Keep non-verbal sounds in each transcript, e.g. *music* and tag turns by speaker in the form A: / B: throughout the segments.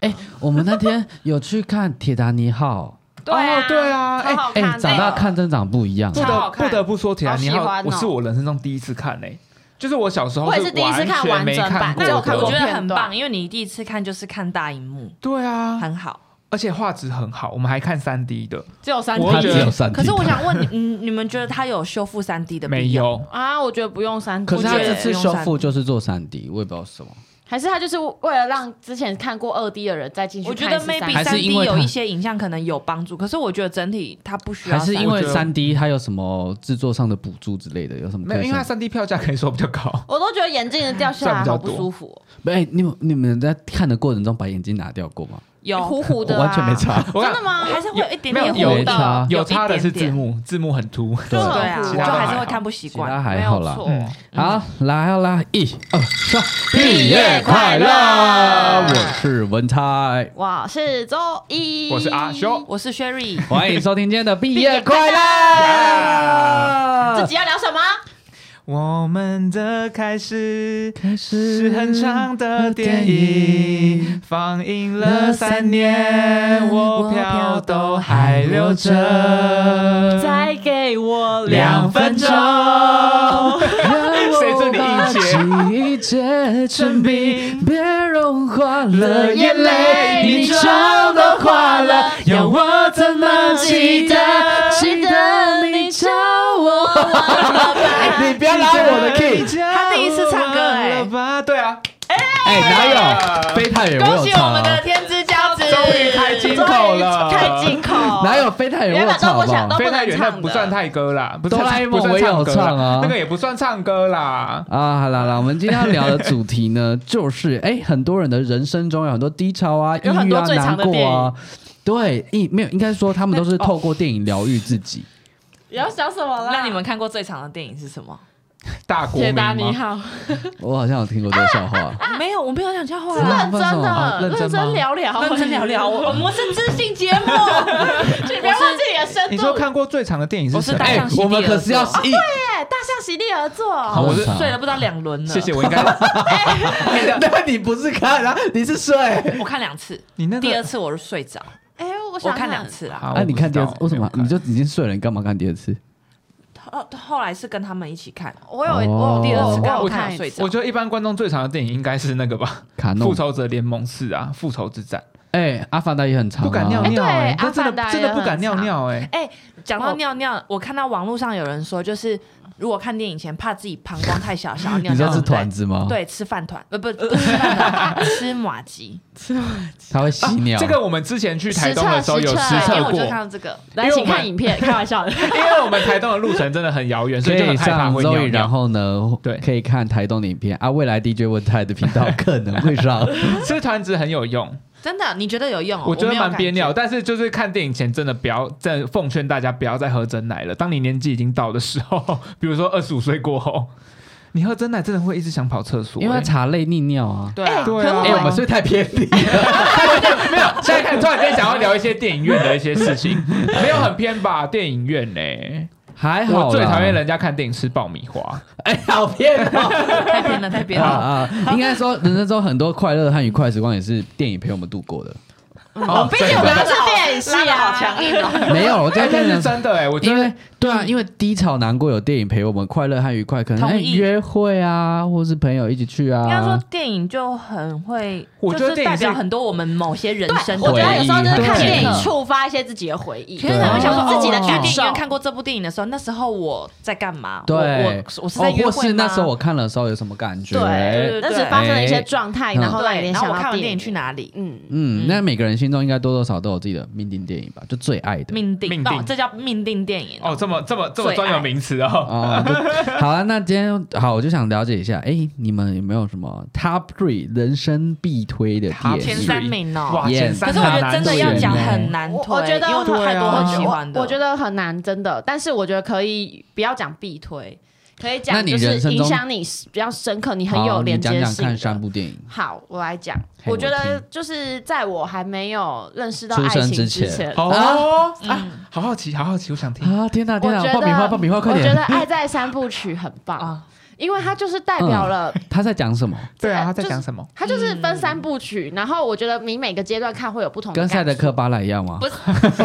A: 哎、我们那天有去看《铁达尼号
B: 对啊，
C: 哦对啊
B: 超好》，
A: 哎、
B: 看的，
A: 长大看真长不一样。啊
C: 不
B: 超
C: 得
B: 哦好看
C: 不得不说，铁达尼
B: 好喜
C: 号
B: 欢哦，
C: 我是我人生中第一次看呢、就是我小时候
B: 我也是第一次看
C: 完全
B: 完
C: 没
B: 整版，
C: 过
B: 但
C: 的。
B: 我看过
D: 我觉得
B: 片
D: 很
B: 段
D: 棒，。因为你第一次看就是看大荧幕，
C: 对啊，
D: 很好。
C: 而且画质很好，我们还看三 D 的，
B: 只有三
C: 我会
A: 它
B: D
C: 觉
A: 只
C: 得
A: 有三 D
D: 可是我想问你，嗯，你们觉得它有修复三 D 的
C: 没
D: 必要？
C: 有。
B: 啊，我觉得不用三 D，
A: 可是他
B: 我觉
A: 这
B: 得
A: 次修复就是做三 D，我也不知道什么。
B: 还是他就是为了让之前看过二 D 的人再进去
D: 我觉
B: 看
D: 得
B: 一次
D: maybe
A: 还是
B: 3D
D: 三
A: 因
D: D
A: 为它
D: 有一些影像可能有帮助，可是我觉得整体它不需要
A: 还
D: 3D。
A: 是因为
C: 我觉得
A: 三 D 它有什么制作上的补助之类的，有什么
C: 没有，
A: 特
C: 因为它
A: 效？
C: 三 D 票价可以说比较高。
B: 我都觉得眼镜掉下
C: 赚
B: 来
C: 比较
B: 好
C: 多
B: 不舒服哦，
A: 哎、你们你们在看的过程中把眼睛拿掉过吗？
D: 有
B: 糊糊的，啊
A: 我完全没，差。
C: 我
B: *laughs* 真
C: 看
B: 的吗？
D: 哎啊还是会有一点点
C: 没有啊
D: 糊
A: 有
D: 的
A: 差，
C: 有
D: 一
C: 差的是
D: 点
C: 字
D: 点，
C: 幕，字幕很凸。
B: 就很
D: 对
B: 糊
D: 啊，
C: 其
D: 就
C: 他都
D: 还
C: 还
D: 是
C: 好
D: 会看不习
A: 其他
D: 惯，
A: 还
D: 没
A: 好
D: 有
A: 啦
D: 错。
C: 嗯，
A: 好，来好啦，一二三，
B: 毕业快乐
A: 我是文
B: *laughs*
A: 才，
B: 我是周一，
C: 我是阿修，
D: 我是 Sherry，
A: 欢迎收听今天的毕业
B: 快
A: 快
B: 自
A: 乐。
B: 己要聊什么？
C: *laughs* 我们的开始
A: 开始
C: 是很长的电影，放映了三
B: 嗯
C: 年，我票都还留着。
B: 再给我
C: 两分钟，谁这里一节？
A: 一切
C: 成冰
A: 别融化
C: 了眼泪，你妆都花了，要我怎么记得？
B: 记得你叫我忘了吧。
A: 哎你不要拉我的 key，
C: 他
D: 第一次唱歌哎
C: 对啊，
A: 哎，哪有飞太远？我
D: 恭
A: 有
D: 喜我
A: 唱
D: 们的
A: 啊，
D: 天之骄子，
C: 终于开金口了，
B: 太进口，
A: 哪有飞太远？
B: 原
A: 我有
B: 本都
A: 唱好
B: 不
A: 不
B: 想，
A: 好
B: 都？
C: 飞
B: 不
C: 太
B: 能
C: 远那
B: 唱
C: 不
B: 的。
C: 算泰歌啦，不是
A: 哆啦 A 梦
C: 不算唱歌
A: 我也有
C: 啦
A: 唱啊
C: 那个也不算唱歌啦。
A: 啊，好啦啦，我们今天要聊的主题呢，就是哎，很多人的人生中有很多低潮啊、抑
B: 有很
A: 郁
B: 多
A: 啊、
B: 最
A: 难
B: 长的
A: 过
B: 电
A: 啊
B: 影，
A: 对，应没有，应该说他们都是透过电影疗愈自己。
B: 你要想什么啦？
D: 那你们看过最长的电影是什么？
C: 大国
B: 铁
C: 民
B: 达尼
C: 吗？
B: 号，
A: 我好像有听过这个笑话，
D: 啊没有，我没有想笑话
A: 真的
D: 啊。
B: 认真
A: 啊
B: 的，
A: 认真吗
B: 认真聊聊，
D: 认真聊聊，我我们是知性节目，
B: 你不要忘记你的深
C: 你说
B: 度。
C: 看过最长的电影是
D: 我是
C: 什么
D: 大？
A: 哎
D: 象，席
A: 我们
D: 地而
A: 可是要
D: 坐
A: 一
B: 对，大象席地而坐。
C: 好我是
D: *laughs* 睡了不知道两轮了。
C: 谢谢，，我
A: *laughs*
C: 应该
A: 那你不是看啊，你是睡。
D: 我看两次，
C: 你那个
D: 第二次我是睡着，
B: 哎，我
D: 我
B: 想
D: 看两，次啊。
C: 好
A: 啊，你看第二次，为什么你
C: 就
A: 就已经睡了，你干嘛看第二次？
D: 后后来是跟他们一起看，
B: 我有我
A: 哦
B: 有
D: 第二次
B: 我
D: 刚
B: 有
D: 好
B: 看
D: 看
B: 一
D: 睡
B: 次。
D: 着
C: 我。觉得一般观众最长的电影应该是那个吧，
A: 卡
C: 《
A: 啊
C: 复
A: 弄，
C: 仇者联盟四》啊，《复仇之战
A: 哎，阿凡达也很》长啊，
C: 不敢尿尿
B: 哎
C: 哎
B: 对，
C: 那
B: 阿
C: 真
B: 凡达
C: 的
B: 也
C: 真的不敢尿
B: 很长
C: 尿哎，
D: 哎，讲到尿尿，我看到网络上有人说，就是如果看电影前怕自己膀胱太小，想要尿
A: 你
D: 尿，
A: 说是
D: 对不对
A: 团子吗？，
D: 对，吃饭团，呃，不不不吃饭团， *laughs* 吃马吉。
A: 他会
C: 啊
A: 吸尿。
C: 这个我们之前去台东的时候有实
B: 实测
D: 哎对，因为
C: 测
D: 我
C: 过
D: 就，看到这个，
B: 来，
C: 因为
B: 请
C: 我们
B: 看影片，开玩笑的。
C: *laughs* 因为我们台东的路程真的很遥远，所
A: 可
C: 以就
A: 以
C: 很害怕
A: 上
C: 会
A: 周
C: 尿
A: 一，然
C: 尿。
A: 后呢，
C: 对
A: 可以看台东的影片啊。未来 DJ 文泰的频道可能会
C: *laughs*
A: 上，
C: 吃团子很有用，
D: 真的，你觉得有用哦？
C: 我觉得
D: 没有
C: 蛮憋
D: 感觉
C: 尿，但是就是看电影前真的不要，真的奉劝大家不要再喝真奶了。当你年纪已经到的时候， *laughs* 比如说二十五岁过后，你喝真奶真的会一直想跑厕所、
A: 因为
C: 欸
A: 他茶类泌尿啊。
D: 对啊，
C: 对
B: 可
C: 啊，
B: 我
A: 哎哎，我们是不是太偏离了？
C: 没有， *laughs* 现在看突然间想要聊一些电影院的一些事
A: *laughs*
C: 情，没有很偏吧？电影院呢、
A: *laughs* 还哎好啦，
C: 我最讨厌人家看电影吃爆米花，
A: *laughs* 哎，好偏哦。
D: 太偏了，太偏
C: *laughs*
A: 啊
D: 了。
A: 啊！应该说，人生中很多快乐和愉快时光也是电影陪我们度过的。 *laughs*
C: 哦，
B: 毕竟我们
C: 真
B: 不
C: 的
B: 是电影系
D: *laughs* 拉得
B: 啊，
D: 好强硬哦。
A: 没有，我
C: 哎
A: 在
C: 但
A: 跟
C: 是
A: 人
C: 真的哎、我觉
A: 因为
C: 得
A: 对啊，因为低潮难过有电影陪我们快乐和愉快，可能、
D: 同
A: 哎
D: 意
A: 约会啊，或是朋友一起去
D: 应该说
A: 啊。
D: 电影就很会，
C: 我觉得
D: 就是
C: 电影
D: 代
C: 是
D: 表很多我们某些人
B: 对，
D: 生
B: 我
D: 的
B: 觉得
A: 回
B: 有
A: 忆
B: 时候就是看
A: 对
B: 电影触发一些自己的回忆，
D: 可能
A: 啊
D: 会想说，
B: 自己的
D: 哦
B: 感
D: 去电影
B: 受。
D: 院看过这部电影的时候，那时候我在干嘛？
A: 对
D: 我我我是在
A: 哦，
D: 约
A: 或
D: 会
A: 是
D: 吗？
A: 那时候我看了的时候有什么感觉？
B: 对，
D: 对
B: 那时发生了一些状态，
A: 哎
B: 然后让你
D: 对，
B: 联
D: 然
B: 想
D: 后我
B: 到
D: 看完电影
B: 影
D: 去？哪里？
B: 嗯，
A: 嗯，那每个人心中应该多多少少都有自己的命定电影吧，就最爱的。
D: 命定，
C: 命定
D: 哦，这叫命定电影。啊
C: 哦，这么这么这么
D: 最爱
C: 专有名词哦。
A: 哦，就好了，那今天好，我就想了解一下，哎、你们有没有什么 top three 人生必推的
C: Top
A: 电
D: 前
A: 影？
D: 三名哦，
C: 哇，
A: Yeah
C: 前
D: 可
C: 三
D: 是我觉
C: 大
D: 得
C: 男
D: 真的
C: 主
D: 要
C: 演
D: 讲
C: 呢
D: 很难推，
B: 我我觉得
D: 因为我太多很喜欢的。
B: 我觉得很难，真的。但是我觉得可以不要讲必推，可以
A: 那
B: 讲
A: 你
B: 就是
A: 人生中
B: 影响你比较深刻，你很
A: 好
B: 有连
A: 你
B: 接
A: 讲讲
B: 性
A: 看三
B: 的。
A: 部电影。
B: 好，我来讲。
A: 嘿
B: 我觉
A: 我
B: 得
A: 听
B: 就是在我还没有认识到
A: 出
B: 爱
A: 生
B: 情
A: 之前
B: 前，
C: 哦
D: 嗯
C: 啊，好好奇，好好奇，我想听。
A: 啊！天哪，
B: 我
A: 天哪！
B: 觉
A: 爆米花，
B: 得
A: 爆米花，快
B: 我觉
A: 点！
B: 得《爱在三部曲》很棒，
D: 啊，嗯
B: 因为它就是代表了，
A: 他在讲什么？
C: 对
B: 这
C: 啊，
D: 呃
C: 他在
B: 就是
C: 讲什么？
B: 它就是分三部曲，然后我觉得你每个阶段看会有不同的
A: 跟
B: 感触。
A: 赛德克巴莱一样吗
D: 不？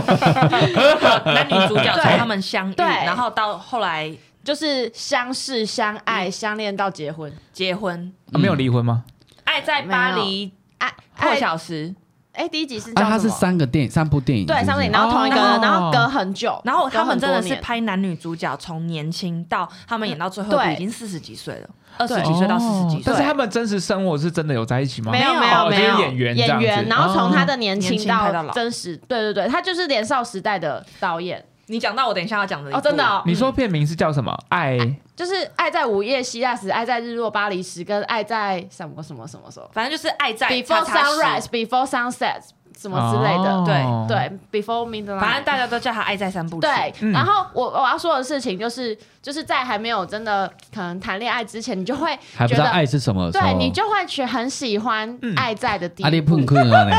D: *laughs* 男女主角从
B: 对
D: 他们相遇，
B: 对
D: 然后到后来
B: 就是相识、相爱、相恋到结婚，
D: 结婚，
C: 啊没有离婚吗？
D: 爱在巴黎
B: 爱
D: 破
B: 爱
D: 晓时，
B: 哎，第一集是
A: 啊，
B: 叫
A: 他
B: 什
A: 是
B: 么？
A: 三个电影，三部电影，
B: 对，
A: 是
B: 三
A: 不
B: 部
A: 是
B: 电影，然后同一个人，
C: 哦
B: 然后隔很久，
D: 然后他们
B: 隔
D: 真
B: 很多
D: 的是
B: 年
D: 拍男女主角从年轻到他们演到最后
B: 嗯对
D: 都已经四十几岁了，二十
B: 对
D: 几岁到四十
C: 哦
D: 几岁
C: 但是，他们真实生活是真的有在一起吗？
B: 没有
D: 没有
B: 没有
D: 哦
B: 没
C: 就
B: 有
C: 是演员这样
B: 演
C: 子
B: 员，然后从他
A: 哦
B: 的年
D: 年
B: 轻
D: 轻拍到
B: 到
D: 老
B: 真实，对对对，他就是年少时代的导演
D: 你讲到我等一下要讲的一
B: 哦，真的
D: 部
B: 哦，
C: 你说片名是叫什么？爱
B: 就是《爱在午夜希腊时》、《爱在日落巴黎时》跟《爱在什么什么什么什么
D: 反正就是爱在
B: Before
D: 叉叉时
B: Sunrise》、《Before Sunset》什么之类的，
C: 哦
B: 对，Before Midnight，
D: 反正大家都叫他爱在三部
B: 嗯
D: 曲。
B: 对，
C: 嗯
B: 然后我我要说的事情就是，就是在还没有真的可能谈恋爱之前，你就会
A: 还不
B: 觉
A: 知道
B: 得，
A: 爱是什么的时候，
B: 对你就会去很喜欢爱在的第
A: 嗯阿
B: 一
A: 力
B: 步，
A: 碰困
B: *laughs*
A: 了呢，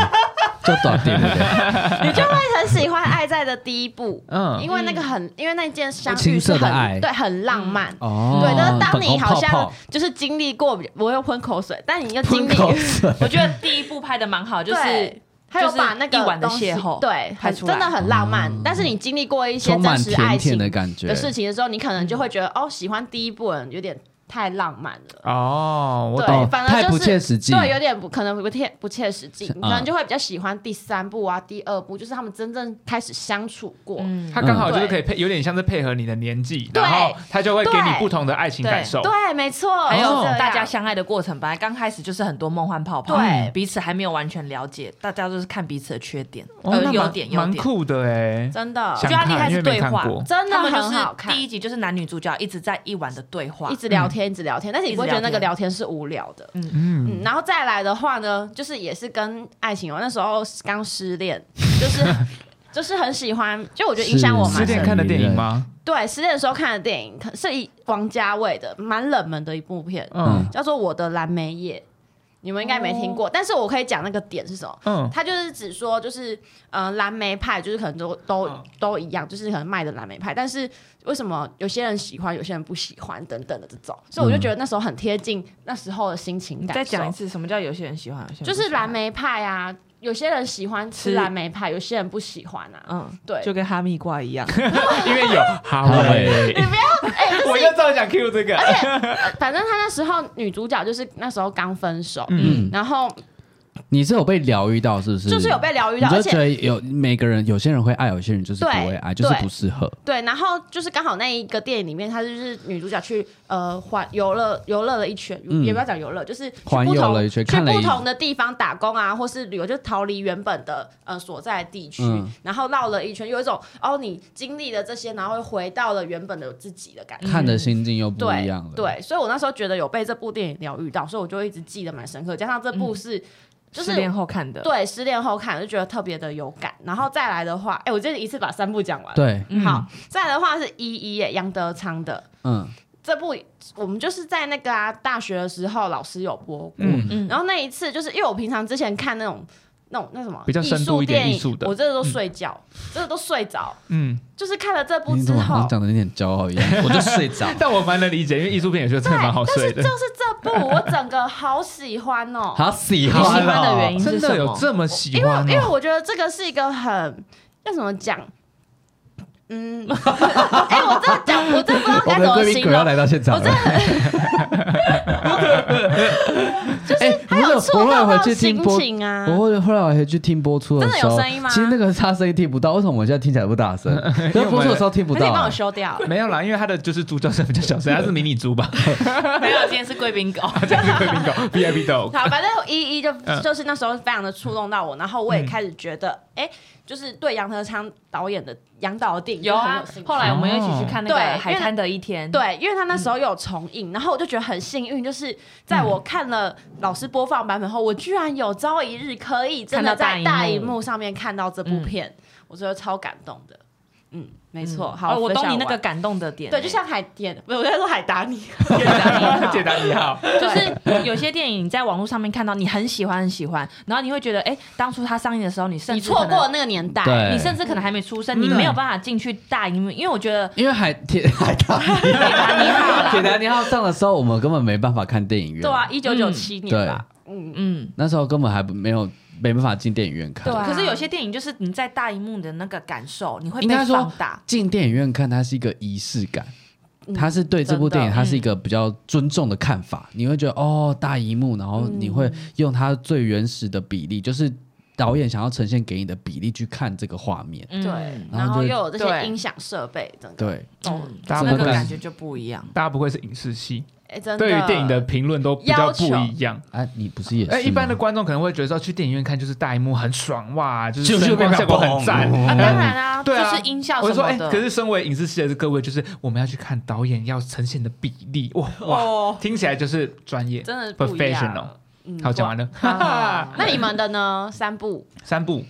A: 就短点的，
B: 你就会很喜欢爱在的第
A: *laughs*
B: 一步，
C: 嗯，
B: 因为那个很，因为那件相
A: 青
B: 遇是
A: 涩的爱
B: 很对，很浪漫。
A: 哦，
B: 对，但是当你好
A: 粉红泡
B: 像
A: 泡
B: 就是经历过，我又喷口水，但你又经历，
A: 水，
D: 我觉得第一部拍的蛮好，就是
B: 对还有
D: 就是
B: 把那个
D: 一晚的
B: 东西
D: 邂逅
B: 对，
D: 拍
B: 很
D: 出来
B: 真的很浪漫。但是你经历 *laughs* 过一些
A: 嗯充
B: 真
A: 满
B: 实爱
A: 甜
B: 情
A: 甜的感觉嗯
B: 的，事情的时候，你可能就会觉得、哦，喜欢第一部人有点太浪漫了。
C: 哦，我
B: 对，
A: 懂
B: 反而
A: 太
B: 就是
A: 不切实际
B: 对，有点不可能不切不切实际，你可
A: 嗯
B: 能就会比较喜欢第三部啊、第二部，就是他们真正开始相处过。
D: 嗯，
C: 他刚好就是可以配，有点像是配合你的年纪，
B: 对
C: 然后他就会给你
B: 对
C: 不同的爱情感受。
B: 对，没错，哦
D: 还有
B: 是这样
D: 大家相爱的过程，本来刚开始就是很多梦幻泡泡，
B: 对
D: 彼此还没有完全了解，大家都是看彼此的缺点，
C: 哦，
D: 呃，
C: 那
D: 优
C: 蛮
D: 点优
C: 蛮
D: 点。
C: 酷的哎，
B: 真的
D: 我觉得他
C: 想
D: 一
C: 看
D: 开
C: 因
D: 始
C: 为没
D: 对
C: 看
D: 话
C: 过，
B: 真的
D: 他们就
B: 很好
D: 是
B: 看
D: 第一集就是男女主角一直在一晚的对话
B: 一，直
A: 嗯
B: 聊天，一直聊天，但是你不会觉得那个聊天是无聊的。
C: 嗯，
B: 嗯，然后再来的话呢，就是也是跟爱情有关。那时候刚失恋， *laughs* 就是就是很喜欢，就我觉得影响我
A: 是
B: 蛮
C: 之
B: 深
C: 前
B: 的。
C: 看的电影吗？
B: 对，失恋的时候看的电影，可是一王家卫的，蛮冷门的一部片，
C: 嗯
B: 叫做《我的蓝莓叶》，你们应该没听
D: 哦
B: 过，但是我可以讲那个点是什么。
C: 嗯，
B: 它就是只说，就是呃，蓝莓派就是可能都都、
C: 嗯
B: 都一样，就是可能卖的蓝莓派，但是为什么有些人喜欢，有些人不喜欢等等的这种，所以我就觉得那时候很贴近那时候的心情
D: 你
B: 感
D: 再
B: 受
D: 讲一次，什么叫有些人喜欢，有些人
B: 就
D: 不喜
B: 是
D: 欢
B: 蓝，莓派啊，有些人喜欢吃
D: 吃
B: 蓝莓派，有些人不喜欢啊。
D: 嗯，
B: 对，
D: 就跟哈密瓜一样，
C: 因为有哈维，你不要，我哎就照讲 Q 这个，
B: 反正他那时候女主角就是那时候刚分手，
C: 嗯，
B: 然后
A: 你是有被疗愈到，是不是？
B: 就是有被疗愈
A: 你
B: 到，
A: 就
B: 而
A: 觉
B: 且
A: 得有每个人，有些人会爱，有些人就是不
B: 对
A: 会爱，就是
B: 对
A: 不适合。
B: 对，然后就是刚好那一个电影里面，她就是女主角去呃环游乐游乐了一圈，
A: 嗯
B: 也不要讲游乐，就是去
A: 环
B: 不
A: 游
B: 同
A: 了一圈
B: 去
A: 看了
B: 不
A: 一
B: 同的地方打工啊，或是旅游，就逃离原本的呃所在地区，
A: 嗯
B: 然后绕了一圈，有一种哦你经历了这些，然后又回到了原本的自己的感觉。
A: 看的心境又不
B: 对
A: 一样了。，
B: 对，所以我那时候觉得有被这部电影疗愈到，所以我就一直记得蛮深刻。加上这部是、就是
D: 嗯失恋后
B: *laughs*
D: 看的，
B: 对失恋后看，就觉得特别的有感。然后再来的话，哎、我这一次把三部讲完。，
A: 对，
C: 嗯
B: 好，再来的话是一一耶杨德昌的
A: 嗯，
B: 这部，我们就是在那个啊大学的时候老师有播过，
C: 嗯
D: 嗯
B: 然后那一次就是因为我平常之前看那种。那种那什么
C: 比较
B: 艺
C: 深度
B: 术
C: 一点
B: 电
C: 艺术
B: 影，
C: 的
B: 我真的都睡觉，真的都睡着。
C: 嗯，。
B: 就是看了这部
A: 你
B: 之
A: 怎么好
B: 后
A: 像，讲的有点骄傲一样？ *laughs* 我就睡着
C: 但我蛮能理解，因为艺术片有时候真的蛮好睡的
B: 就。是这部我整个好喜欢
C: *laughs*
B: 哦。
A: 好喜
D: 你喜欢的原因
C: 真
D: 是
C: 的哦
D: 什
C: 有
D: 么？
C: 这么喜
B: 因为
C: 欢
B: 因为
C: 哦？
B: 我觉得这个是一个很要怎么讲，嗯， *laughs* 哎、我真的讲，我真的不知道
A: 我
B: 该
A: 们的
B: 怎么
A: 贵宾
B: 形
A: 鬼要
B: 容。
A: 来到现场了， *laughs* 哎
B: 就是它有
A: 我
B: 触
A: 后来
B: 动
A: 回
B: 到
A: 去听
B: 心
A: 播
B: 情啊，
A: 我后后来我回去听播出的时候，
B: 真的有声音吗
A: 其实那个他声音听不到，为什么我现在听起来不大
B: *laughs*
A: 声？因为播出的时候听不
B: 而且
A: 到
B: 帮我
A: 啊。
B: 修
D: *laughs*
B: 掉。
C: 没有啦，因为他的就是猪叫声比较小声，他是迷你猪 *laughs* 吧
D: 没有，今天是贵宾狗，
C: ，VIP *laughs* dog。
B: 好，反正一一就
C: 嗯
B: 就是那时候非常的触动到我，然后我也开始觉得，哎、就是对杨德昌导演的杨导的电影
D: *laughs* 有
B: 就很
D: 啊
B: 有兴，趣
D: 后来我们又一起去看那个
B: 对因为
D: 《海滩的一天》，，
B: 对，因为他那时候有重映，然后我就觉得很幸运，就是在我看了老师播放版本后，我居然有朝一日可以真的在
D: 看到大荧幕
B: 大荧幕上面看到这部片，我觉得超感动的。嗯，没错。
D: 嗯
B: 好，
D: 哦我
B: 分
D: 懂
B: 享
D: 你那个
B: 完
D: 感动的点欸，
B: 对，就像海淀，不是我在说海达
D: *laughs*
B: 尼，
C: 解答你，解答你好。
D: 就是有些电影你在网络上面看到，你很喜欢很喜欢，然后你会觉得，哎，当初它上映的时候，你甚
B: 你
D: 至
B: 错
D: 可能
B: 过，那个年代，
A: 对
D: 你甚至可能还没出生，你
A: 嗯
D: 没有办法进去大荧幕，因为我觉得
A: 因为海铁海达尼
D: 《铁达尼号》
A: 铁
D: 啦，
A: 达尼号上的时候，我们根本没办法看电影院。
B: 对啊，一九九七年吧，嗯，
D: 嗯，
A: 那时候根本还不没有没办法进电影院看。
D: 对、
B: 啊
D: 可是有些电影就是你在大荧幕的那个感受，你会
A: 应
D: 被
A: 该说
D: 放大。
A: 进电影院看，它是一个仪式感，
B: 嗯
A: 它是对这部电影，
B: 真的
A: 它是一个比较尊重的看法。你会觉得哦，大荧幕，然后你会用它最原始的比例，就是导演想要呈现给你的比例去看这个画面。
D: 嗯
B: 对，
A: 然
B: 然
A: 后
B: 后
A: 就
B: 又有这
D: 对
B: 些音响设备，整个
A: 对，
B: 哦，
D: 嗯
C: 大
A: 部
D: 那个
A: 分
D: 感觉就不一样。
C: 大家不愧是影视系，
B: 哎，真的
C: 对于电影的评论都比较不一样。
A: 哎、你不是也是吗？
C: 哎，一般的观众可能会觉得说去电影院看就是大荧幕很爽哇，就是
E: 就是
C: 声光效果很赞。
E: 砰
D: 啊，当
B: 嗯
D: 然啊，
C: 对啊
D: 就是音效
C: 我
D: 什
C: 就说，
D: 么
C: 哎，
D: 的。
C: 可是身为影视系的各位，就是我们要去看导演要呈现的比例，哇
D: 哦
C: 哇，听起来就是专业。
B: 真的不一样
C: professional。
B: 嗯
C: 好，讲完了，
D: *laughs*
C: *laughs*
D: 啊
B: 那你们的呢？三部
C: 三部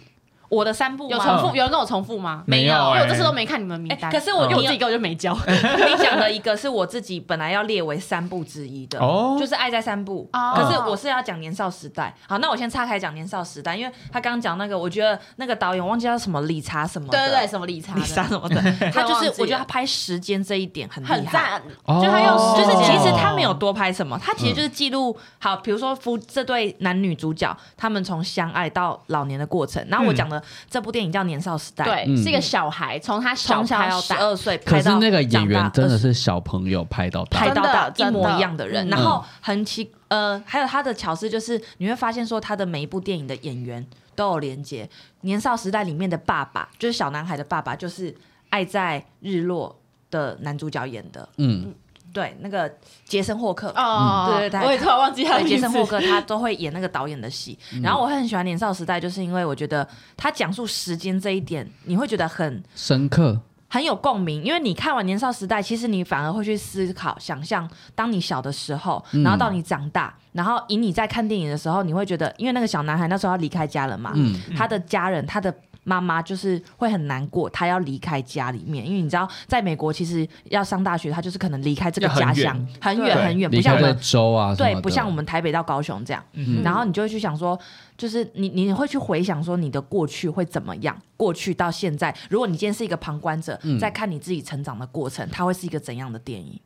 D: 我的三部
B: 有
D: 吗
B: 重复？有人跟我重复吗？
C: 没有
B: 因为
C: 哎
B: 我这次都没看你们名单。
D: 哎可是我
B: 因为我
D: 你
B: 自己根本就没交。
D: 你讲的一个是我自己本来要列为三部之一的，
C: 哦
D: 就是《爱在三部》
B: 哦
D: 可是我是要讲年少时代。好，那我先岔开讲年少时代，因为他刚刚讲那个，我觉得那个导演忘记叫什么理查什么的，
B: 对对对，什么理查的？
D: 理查什么的，他就
B: 忘记
D: 是
B: 了
D: 我觉得他拍时间这一点很厉害
B: 很。赞，
A: 哦
B: 就他用
D: 就
B: 时
D: 是
B: 间
D: 其实他没有多拍什么，他其实就是记录好，比如说夫这对男女主角他们从相爱到老年的过程。然后我讲的这部电影叫《年少时代》，，
A: 嗯
B: 对，是一个小孩，从他小
D: 从小
B: 拍到
D: 十
B: 大，
D: 二岁
A: 可
D: 拍
A: 是
D: 到
A: 那个演员真
D: 长大
A: 的是小朋友拍到大
D: 拍
B: 真，的
D: 到到一
B: 真
D: 模
B: 的
D: 一样的
B: 嗯
D: 人，然后很奇呃，还有他的巧思就是你会发现说他的每一部电影的演员都有连接，《年少时代》里面的爸爸就是小男孩的爸爸，就是《爱在日落》的男主角演的，
A: 嗯，
D: 对，那个杰森霍克。
B: 哦
D: 嗯对对对
B: 我也突然忘记他的
D: 对，杰
B: 名
D: 森
B: 字
D: 霍。克他都会演那个导演的戏，
B: 嗯
D: 然后我会很喜欢《年少时代》，就是因为我觉得他讲述时间这一点，你会觉得很
A: 深刻，
D: 很有共鸣，因为你看完《年少时代》，其实你反而会去思考、想象，当你小的时候，
A: 嗯
D: 然后到你长大，然后以你在看电影的时候，你会觉得，因为那个小男孩那时候要离开家了嘛，
A: 嗯，
D: 他的家人，他的。妈妈就是会很难过，他要离开家里面，因为你知道，在美国其实要上大学，他就是可能离开这个
C: 要很
D: 家
C: 远
D: 乡很远
C: 对
D: 很远，不
A: 离
D: 像
A: 开
D: 我
A: 这个
D: 们
A: 州啊什么的，
D: 对，不像我们台北到高雄这样。
C: 嗯
D: 然后你就会去想说，就是你你会去回想说你的过去会怎么样，过去到现在，如果你今天是一个旁观者，
C: 嗯
D: 在看你自己成长的过程，它会是一个怎样的电影？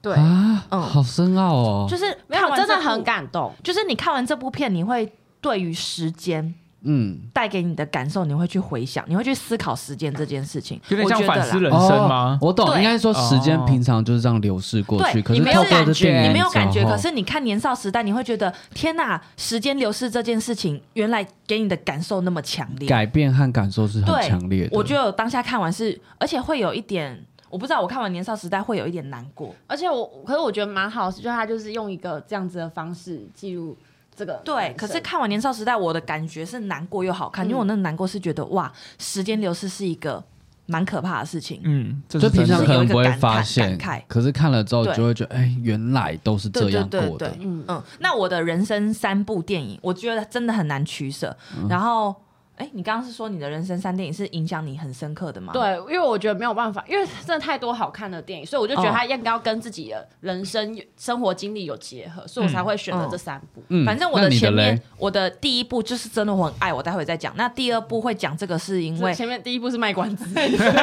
B: 对，
A: 啊，
D: 嗯
A: 好深奥哦，
D: 就是
B: 没
D: 看
B: 有，
D: 完
B: 真的
D: 这部
B: 很，感动。
D: 就是你看完这部片，你会对于时间。
A: 嗯，
D: 带给你的感受，你会去回想，你会去思考时间这件事情，
C: 有点像
D: 我觉得
C: 反
D: 啦
C: 思人生吗？
A: 哦我懂，
D: 对
A: 应该说时间
C: 哦
A: 平常就是这样流逝过去，
D: 对
A: 可
D: 你
A: 是
D: 没有
A: 透过这
D: 感
B: 觉
A: 电影
D: 你没有
C: 哎
D: 感觉，
A: 之后
D: 可是你看《年少时代》，你会觉得天呐，时间流逝这件事情，原来给你的感受那么强烈。
A: 改变和感受是很
D: 对
A: 强烈的。
D: 我觉得我当下看完是，而且会有一点，我不知道，我看完《年少时代》会有一点难过。
B: 而且我，可是我觉得蛮好，是就他就是用一个这样子的方式记录这个人生。
D: 对，可是看完《年少时代》，我的感觉是难过又好看，
B: 嗯
D: 因为我那个难过是觉得哇，时间流逝是一个蛮可怕的事情。
C: 嗯，这
A: 就是平常
C: 真的
A: 可能不会发
D: 有
A: 现
D: 一个感慨感慨，
A: 可是看了之后
D: 对
A: 就会觉得，哎，原来都是这
D: 对对
A: 样
D: 对
A: 过的
D: 对。，
B: 嗯，
D: 嗯，那我的人生三部电影，我觉得真的很难取舍。
A: 嗯
D: 然后，哎，你刚刚是说你的人生三电影是影响你很深刻的吗？，
B: 对，因为我觉得没有办法，因为真的太多好看的电影，所以我就觉得
D: 哦
B: 他应该要跟自己的人生、生活经历有结
D: 嗯
B: 合，所以我才会选择这三部。
A: 嗯
D: 反正我
A: 那你的
D: 前面
A: 嘞，
D: 我的第一部就是真的我很爱，我待会再讲。那第二部会讲这个是因为
B: 前面第一部是卖关子，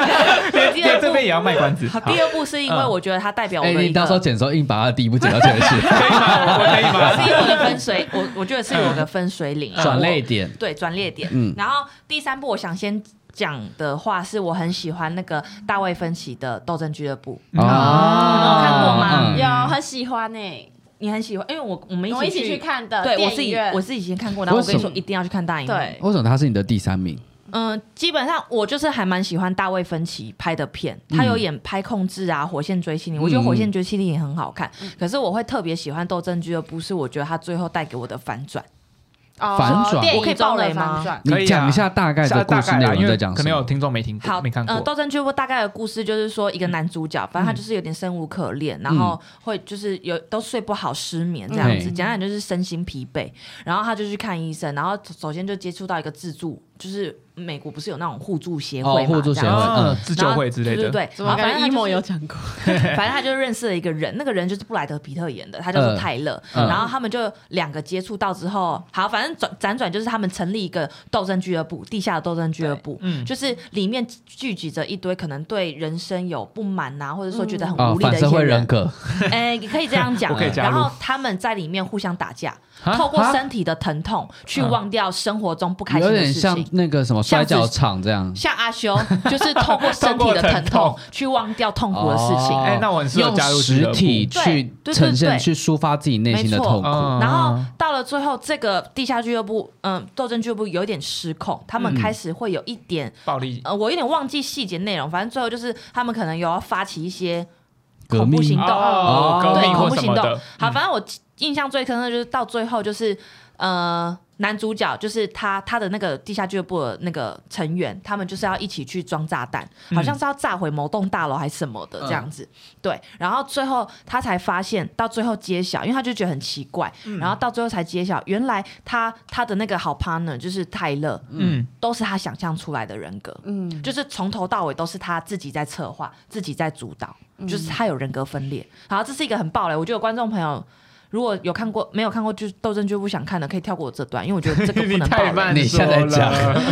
D: 第二
C: *laughs* 对，
D: 部
C: 这边也要卖关子。
D: 好，
C: 好
D: 第二部是因为我觉得它代表我
A: 哎，
D: 的
A: 你
D: 一个，
A: 到时候剪的时候硬把他的第一部剪到前面
C: 可
D: *laughs*
A: 去，
C: 以吗？我可以吗？
D: 是有个分水，我我觉得是有个分水岭，啊
A: 嗯转泪
D: *laughs*
A: 点。
D: 对转捩点。
A: 嗯
D: 然后第三部我想先讲的话，是我很喜欢那个大卫芬奇的《斗争俱乐部》，
A: 啊
D: 有看过吗
A: 嗯
B: 有很喜欢呢、欸
D: 你很喜欢，因为我我们
B: 我们一
D: 一
B: 起去，看的
D: 对我
B: 电
D: 自
B: 影
D: 己
B: 院，
D: 我自己先看过，然后我跟你说
A: 为什么
D: 一定要去看大荧幕。
B: 对
A: 嗯为什么他是你的第三名？
D: 嗯，基本上我就是还蛮喜欢大卫芬奇拍的片，他有演拍控制啊，《火线追妻令》，我觉得
A: 嗯
D: 《火线追妻令》也
B: 嗯
D: 很好看，可是我会特别喜欢《斗争俱乐部》，是我觉得他最后带给我的反转。
B: 哦
A: 反转
B: 电
D: 我可以
B: 影中
D: 爆
B: 的
D: 雷吗
B: 反转，
C: 可以啊
A: 你讲一下大概
C: 下
A: 的
C: 大
A: 故事
C: 概
A: 内
C: 啦，因
A: 容在
C: 为
A: 讲
C: 可
A: 什
C: 能有
A: 么？
C: 听众没听过
D: 好，
C: 没看
D: 呃，
C: 过。
D: 斗争俱乐部大概的故事就是说，一个男主角，反正他就是有点生无可恋，然
C: 嗯
D: 后会就是有都睡不好、失眠这样子，
A: 嗯
D: 简单点就是身心疲惫。然后他就去看医生，然后首先就接触到一个自助，就是美国不是有那种互助协会
A: 哦
D: 嘛，，
A: 互助协
D: 这
A: 会，
D: 样子
C: 啊
A: 嗯，
C: 自救会之类
D: 对
C: 的，
D: 对对，
B: 怎
D: 然
B: 么
D: 后反
B: 感
D: 正
B: 觉
D: 他就
B: emo
D: 是
B: 有讲过？
D: 反正他就认识了一个人，那 *laughs* 个人就是布莱德皮特演的，他叫做
A: 嗯
D: 泰勒。
A: 嗯
D: 然后他们就两个接触到之后，好，反正转辗转就是他们成立一个斗争俱乐部，地下的斗争俱乐部，
C: 嗯
D: 就是里面聚集着一堆可能对人生有不满呐、或者说觉得很
A: 啊
D: 无，力
A: 反
D: 的一
A: 社
D: 些
A: 会人
D: 人，
A: 格，
D: *laughs* 哎、也可以这样讲
C: 我可以。加
D: 然
C: 入
D: 后他们在里面互相打架，
C: 啊
D: 透过
C: 啊
D: 身体的疼痛去
C: 嗯
D: 忘掉生活中不开心
A: 嗯有
D: 的
A: 点
D: 事情
A: 像。那个什么摔
D: 像
A: 跤
D: 是
A: 场这样。
D: 像阿修，就是透过身体
C: 透过
D: 的疼
C: 疼
D: 痛
C: 痛
D: 去忘掉痛苦的事情。
A: 哦
C: 哎那我很适合
A: 用
C: 加入俱
A: 实
C: 乐部
A: 体
D: 对
A: 去
D: 对对
A: 呈现、
D: 对
A: 去抒发自己内心的
D: 没错
A: 痛苦。
C: 嗯
D: 然后到了最后，这个地下俱乐部，嗯，斗争俱乐部有点失控，他们开始会有一点，
C: 暴力
D: 呃，我有点忘记细节内容，反正最后就是他们可能有要发起一些
A: 革
D: 恐怖行
A: 命
D: 动，
C: 哦
A: 哦
C: 革
D: 嗯对，
C: 命
D: 恐
C: 或
D: 怖
C: 什
D: 行
C: 么
D: 动
C: 的。。嗯
D: 好，反正我印象最深刻的就是到最后就是，呃，男主角就是他他的那个地下俱乐部的那个成员，他们就是要一起去装炸弹，
C: 嗯
D: 好像是要炸毁某栋大楼还是什么的这样子。对，然后最后他才发现，到最后揭晓，因为他就觉得很奇怪，
C: 嗯
D: 然后到最后才揭晓，原来他他的那个好 partner 就是泰勒，
C: 嗯，
D: 都是他想象出来的人格。
B: 嗯，
D: 就是从头到尾都是他自己在策划，自己在主导，就是
A: 嗯
D: 他有人格分裂。好，这是一个很爆雷，我觉得有观众朋友如果有看过没有看过就是《斗争俱乐部》想看的，可以跳过我这段，因为我觉得嗯这个
C: *laughs*
D: 不
C: 你
D: 能爆
C: 太
D: 雷
C: 慢
A: 你
C: 说
A: 现在讲
C: 了，
D: 啊。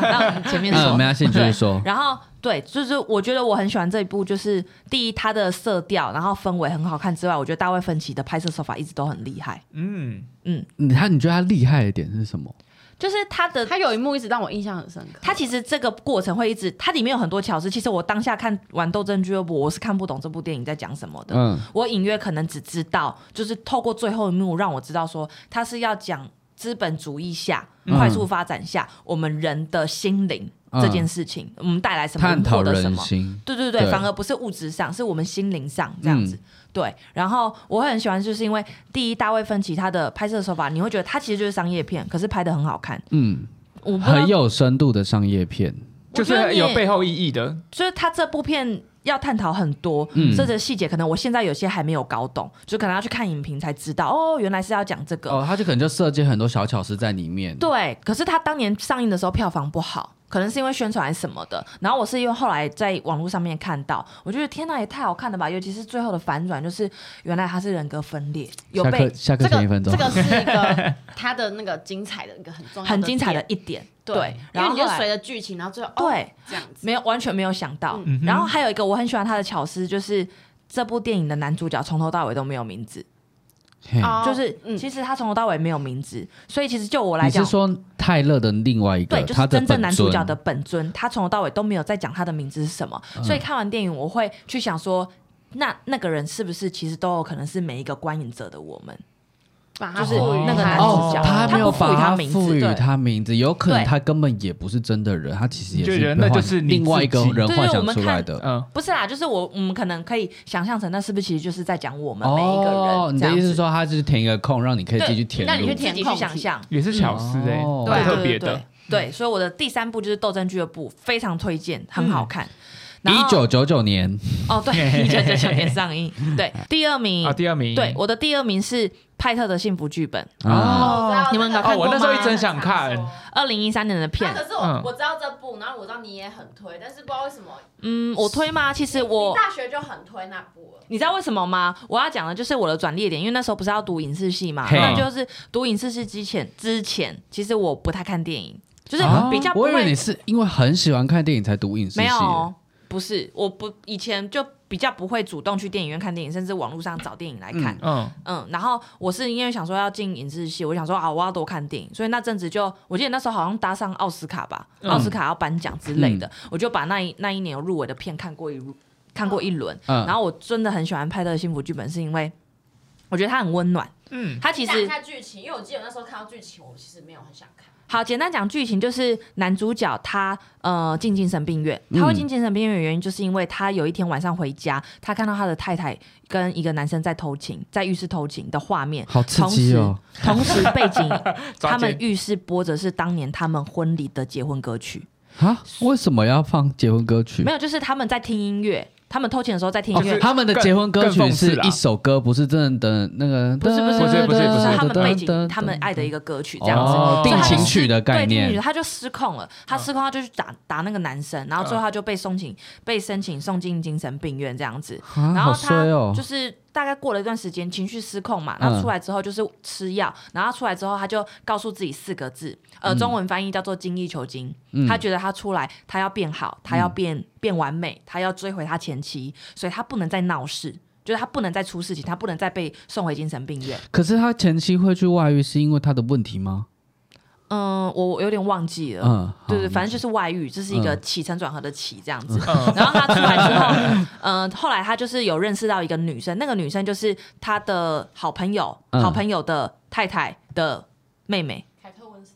D: 那我们前面说
A: 嗯，没关系，你继续说。
D: 然后对，就是我觉得我很喜欢这一部，就是第一它的色调，然后氛围很好看之外，我觉得大卫芬奇的拍摄手法一直都很厉害。
C: 嗯，
D: 嗯，
A: 你他，你觉得他厉害的点是什么？
D: 就是他的
B: 他有一幕一直让我印象很深刻。
D: 它其实这个过程会一直，它里面有很多巧思。其实我当下看完《斗争俱乐部》，我是看不懂这部电影在讲什么的。
A: 嗯，
D: 我隐约可能只知道，就是透过最后一幕让我知道说，它是要讲资本主义下、
A: 嗯
D: 快速发展下我们人的心灵
A: 嗯
D: 这件事情，我们带来什么，
A: 探讨
D: 我们获得什
A: 人
D: 么。
A: 心。
D: 对对对，
A: 对嗯
D: 反而不是物质上，是我们心灵上这样子。对，然后我会很喜欢，就是因为第一，大卫芬奇他的拍摄手法，你会觉得他其实就是商业片，可是拍的很好看。
A: 嗯，
D: 我不知道
A: 很有深度的商业片。
D: 我
C: 就
D: 觉得
C: 是
D: 你
C: 有背后意义的，
D: 就是他这部片要探讨很多，
A: 嗯
D: 这个细节可能我现在有些还没有搞懂，就可能要去看影评才知道，哦，原来是要讲这个。
A: 哦，他就可能就设计很多小巧思在里面。
D: 对，可是他当年上映的时候票房不好，可能是因为宣传还是什么的。然后我是因为后来在网络上面看到，我觉得天呐，也太好看了吧！尤其是最后的反转，就是原来他是人格分裂，有
A: 嗯下
D: 被
A: 课下课
B: 这个
A: 前一分钟
B: 这。个是一个
D: *laughs*
B: 他的那个精彩的一个很重要、
D: 很精彩的。一点。
B: 对，因
D: 然
B: 为
D: 后
B: 你就
D: 后来
B: 随着剧情，然后最后哦
D: 对，
B: 这样子，
D: 没有完全没有想到。
C: 嗯哼
D: 然后还有一个我很喜欢他的巧思，就是这部电影的男主角从头到尾都没有名字。
A: 嘿
B: 哦
D: 就是、
B: 嗯
D: 其实他从头到尾没有名字，所以其实就我来
A: 你是
D: 讲，
A: 说泰勒的另外一个，
D: 对，就
A: 他
D: 是
A: 的
D: 真正
A: 本
D: 男主
A: 尊嗯
D: 角的本尊，他从头到尾都没有在讲他的名字是什么，所以看完电影我会去想说。那那个人是不是其实都有可能是每一个观影者的我们？
B: 把它
D: 就是
B: 赋予
D: 那个
B: 它
D: 男
A: 哦
D: 主角，
A: 他
D: 他
A: 没有
D: 不赋予
A: 把
D: 他
A: 它
D: 名字
A: 赋予
D: 对
A: 他名字，有可能
D: 对
A: 他根本也不是真的人，他其实也
C: 就是人那
A: 幻
C: 就是你
A: 另外一个
C: 自己
A: 人
D: 对
A: 幻
D: 对我
A: 想
D: 们
A: 出来
D: 看
A: 的。
C: 嗯，
D: 不是啦，就是我我们可能可以想象成，那是不是其实就是在讲我们每一个人？
A: 哦，你
D: 这
A: 的
D: 样
A: 意思
D: 子
A: 是说，他就是填一个空，让你可以
D: 对
A: 自己去填入？
B: 那你去填
D: 自己去想象？
C: 也是巧思哎，
A: 哦
C: 蛮
D: 对
C: 特
D: 对
C: 别
D: 对
C: 的
D: 对，对，所以我的第三部就是《斗争俱乐部》，非常推荐，很好看。然后
A: 嗯一九九九年，
D: 哦，对，
A: *laughs*
D: 一九九九年上映。对，第二名
C: 啊，第二名，
D: 对，我的第二名是派特的幸福剧本，
A: 啊，
B: 我知道
D: 你们有看
C: 哦我
D: 过
C: 那时候一直很
D: 吗？
C: 想看
B: 那
D: 二零一三年的片，
B: 啊可是
C: 嗯
B: 我我知道这部，然后我知道你也很推，但是不知道为什么
D: 嗯，我推吗？其实
B: 你
D: 我。
B: 大学就很推那部了。
D: 你知道为什么吗？我要讲的就是我的转捩点，因为那时候不是要读影视系嘛，
C: 嘿
D: 那就是读影视系之前之前，其实我不太看电影，就是
A: 啊
D: 比较不
A: 我以为
D: 会
A: 你是因为很喜欢看电影才读影视系，
D: 没有，不是，我不以前就比较不会主动去电影院看电影，甚至网络上找电影来看。
C: 嗯，
D: 嗯，然后我是因为想说要进影视系，我想说啊，我要多看电影，所以那阵子就，我记得那时候好像搭上奥斯卡吧，
C: 嗯
D: 奥斯卡要颁奖之类的，
A: 嗯
D: 我就把那一那一年有入围的片看过一看过一轮，
A: 嗯
D: 然后我真的很喜欢拍的幸福剧本，是因为我觉得它很温暖。
C: 嗯，
D: 它其
B: 讲一
D: 实
B: 下剧情，因为我记得那时候看到剧情，我其实没有很想看。
D: 好，简单讲剧情就是男主角他呃进精神病院，
C: 嗯
D: 他会进精神病院的原因就是因为他有一天晚上回家，他看到他的太太跟一个男生在偷情，在浴室偷情的画面，
A: 好刺激哦！
D: 同时背景
C: *laughs* 抓
D: 他
C: 奸
D: 们浴室播着是当年他们婚礼的结婚歌曲，
A: 啊，为什么要放结婚歌曲
D: 没？有，就是他们在听音乐，他们偷情的时候在听音
C: 哦
D: 乐
C: 是，
A: 他们的结婚歌曲
C: 更更讽刺
A: 是
C: 啦
A: 一首歌，不是真的那个，
D: 不是不是
C: 不是不是不
D: 是他们背
A: 哒哒
D: 景
A: 哒
D: 他们爱的一个歌曲这样子，
A: 哦，
D: 所以
A: 定
D: 他
A: 情
D: 们
A: 曲的概
D: 对，听女
A: 念
D: 的，他就失控了，他失控，他就去打打那个男生，然后最后他就被送请、被申请送进精神病院这样子。
A: 啊，
D: 然
A: 好
D: 后他
A: 衰哦嗯
D: 就！是大概过了一段时间，情绪失控嘛，然后出来之后就是吃药，然后出来之后他就告诉自己四个字，呃，中文翻译叫做精益求精。
A: 嗯
D: 他觉得他出来，他要变好，他要变、变完美，他要追回他前妻，所以他不能再闹事，就是他不能再出事情，他不能再被送回精神病院。
A: 可是他前妻会去外遇，是因为他的问题吗？
D: 嗯，我我有点忘记了，
A: 嗯，好
D: 呃对对，反正就是外遇，这是一个
A: 嗯
D: 起承转合的起这样子。然后他出来之后， *laughs* 嗯，后来他就是有认识到一个女生，那个女生就是他的好朋友，
A: 嗯
D: 好朋友的太太的妹妹， *laughs*
B: 凯特温斯，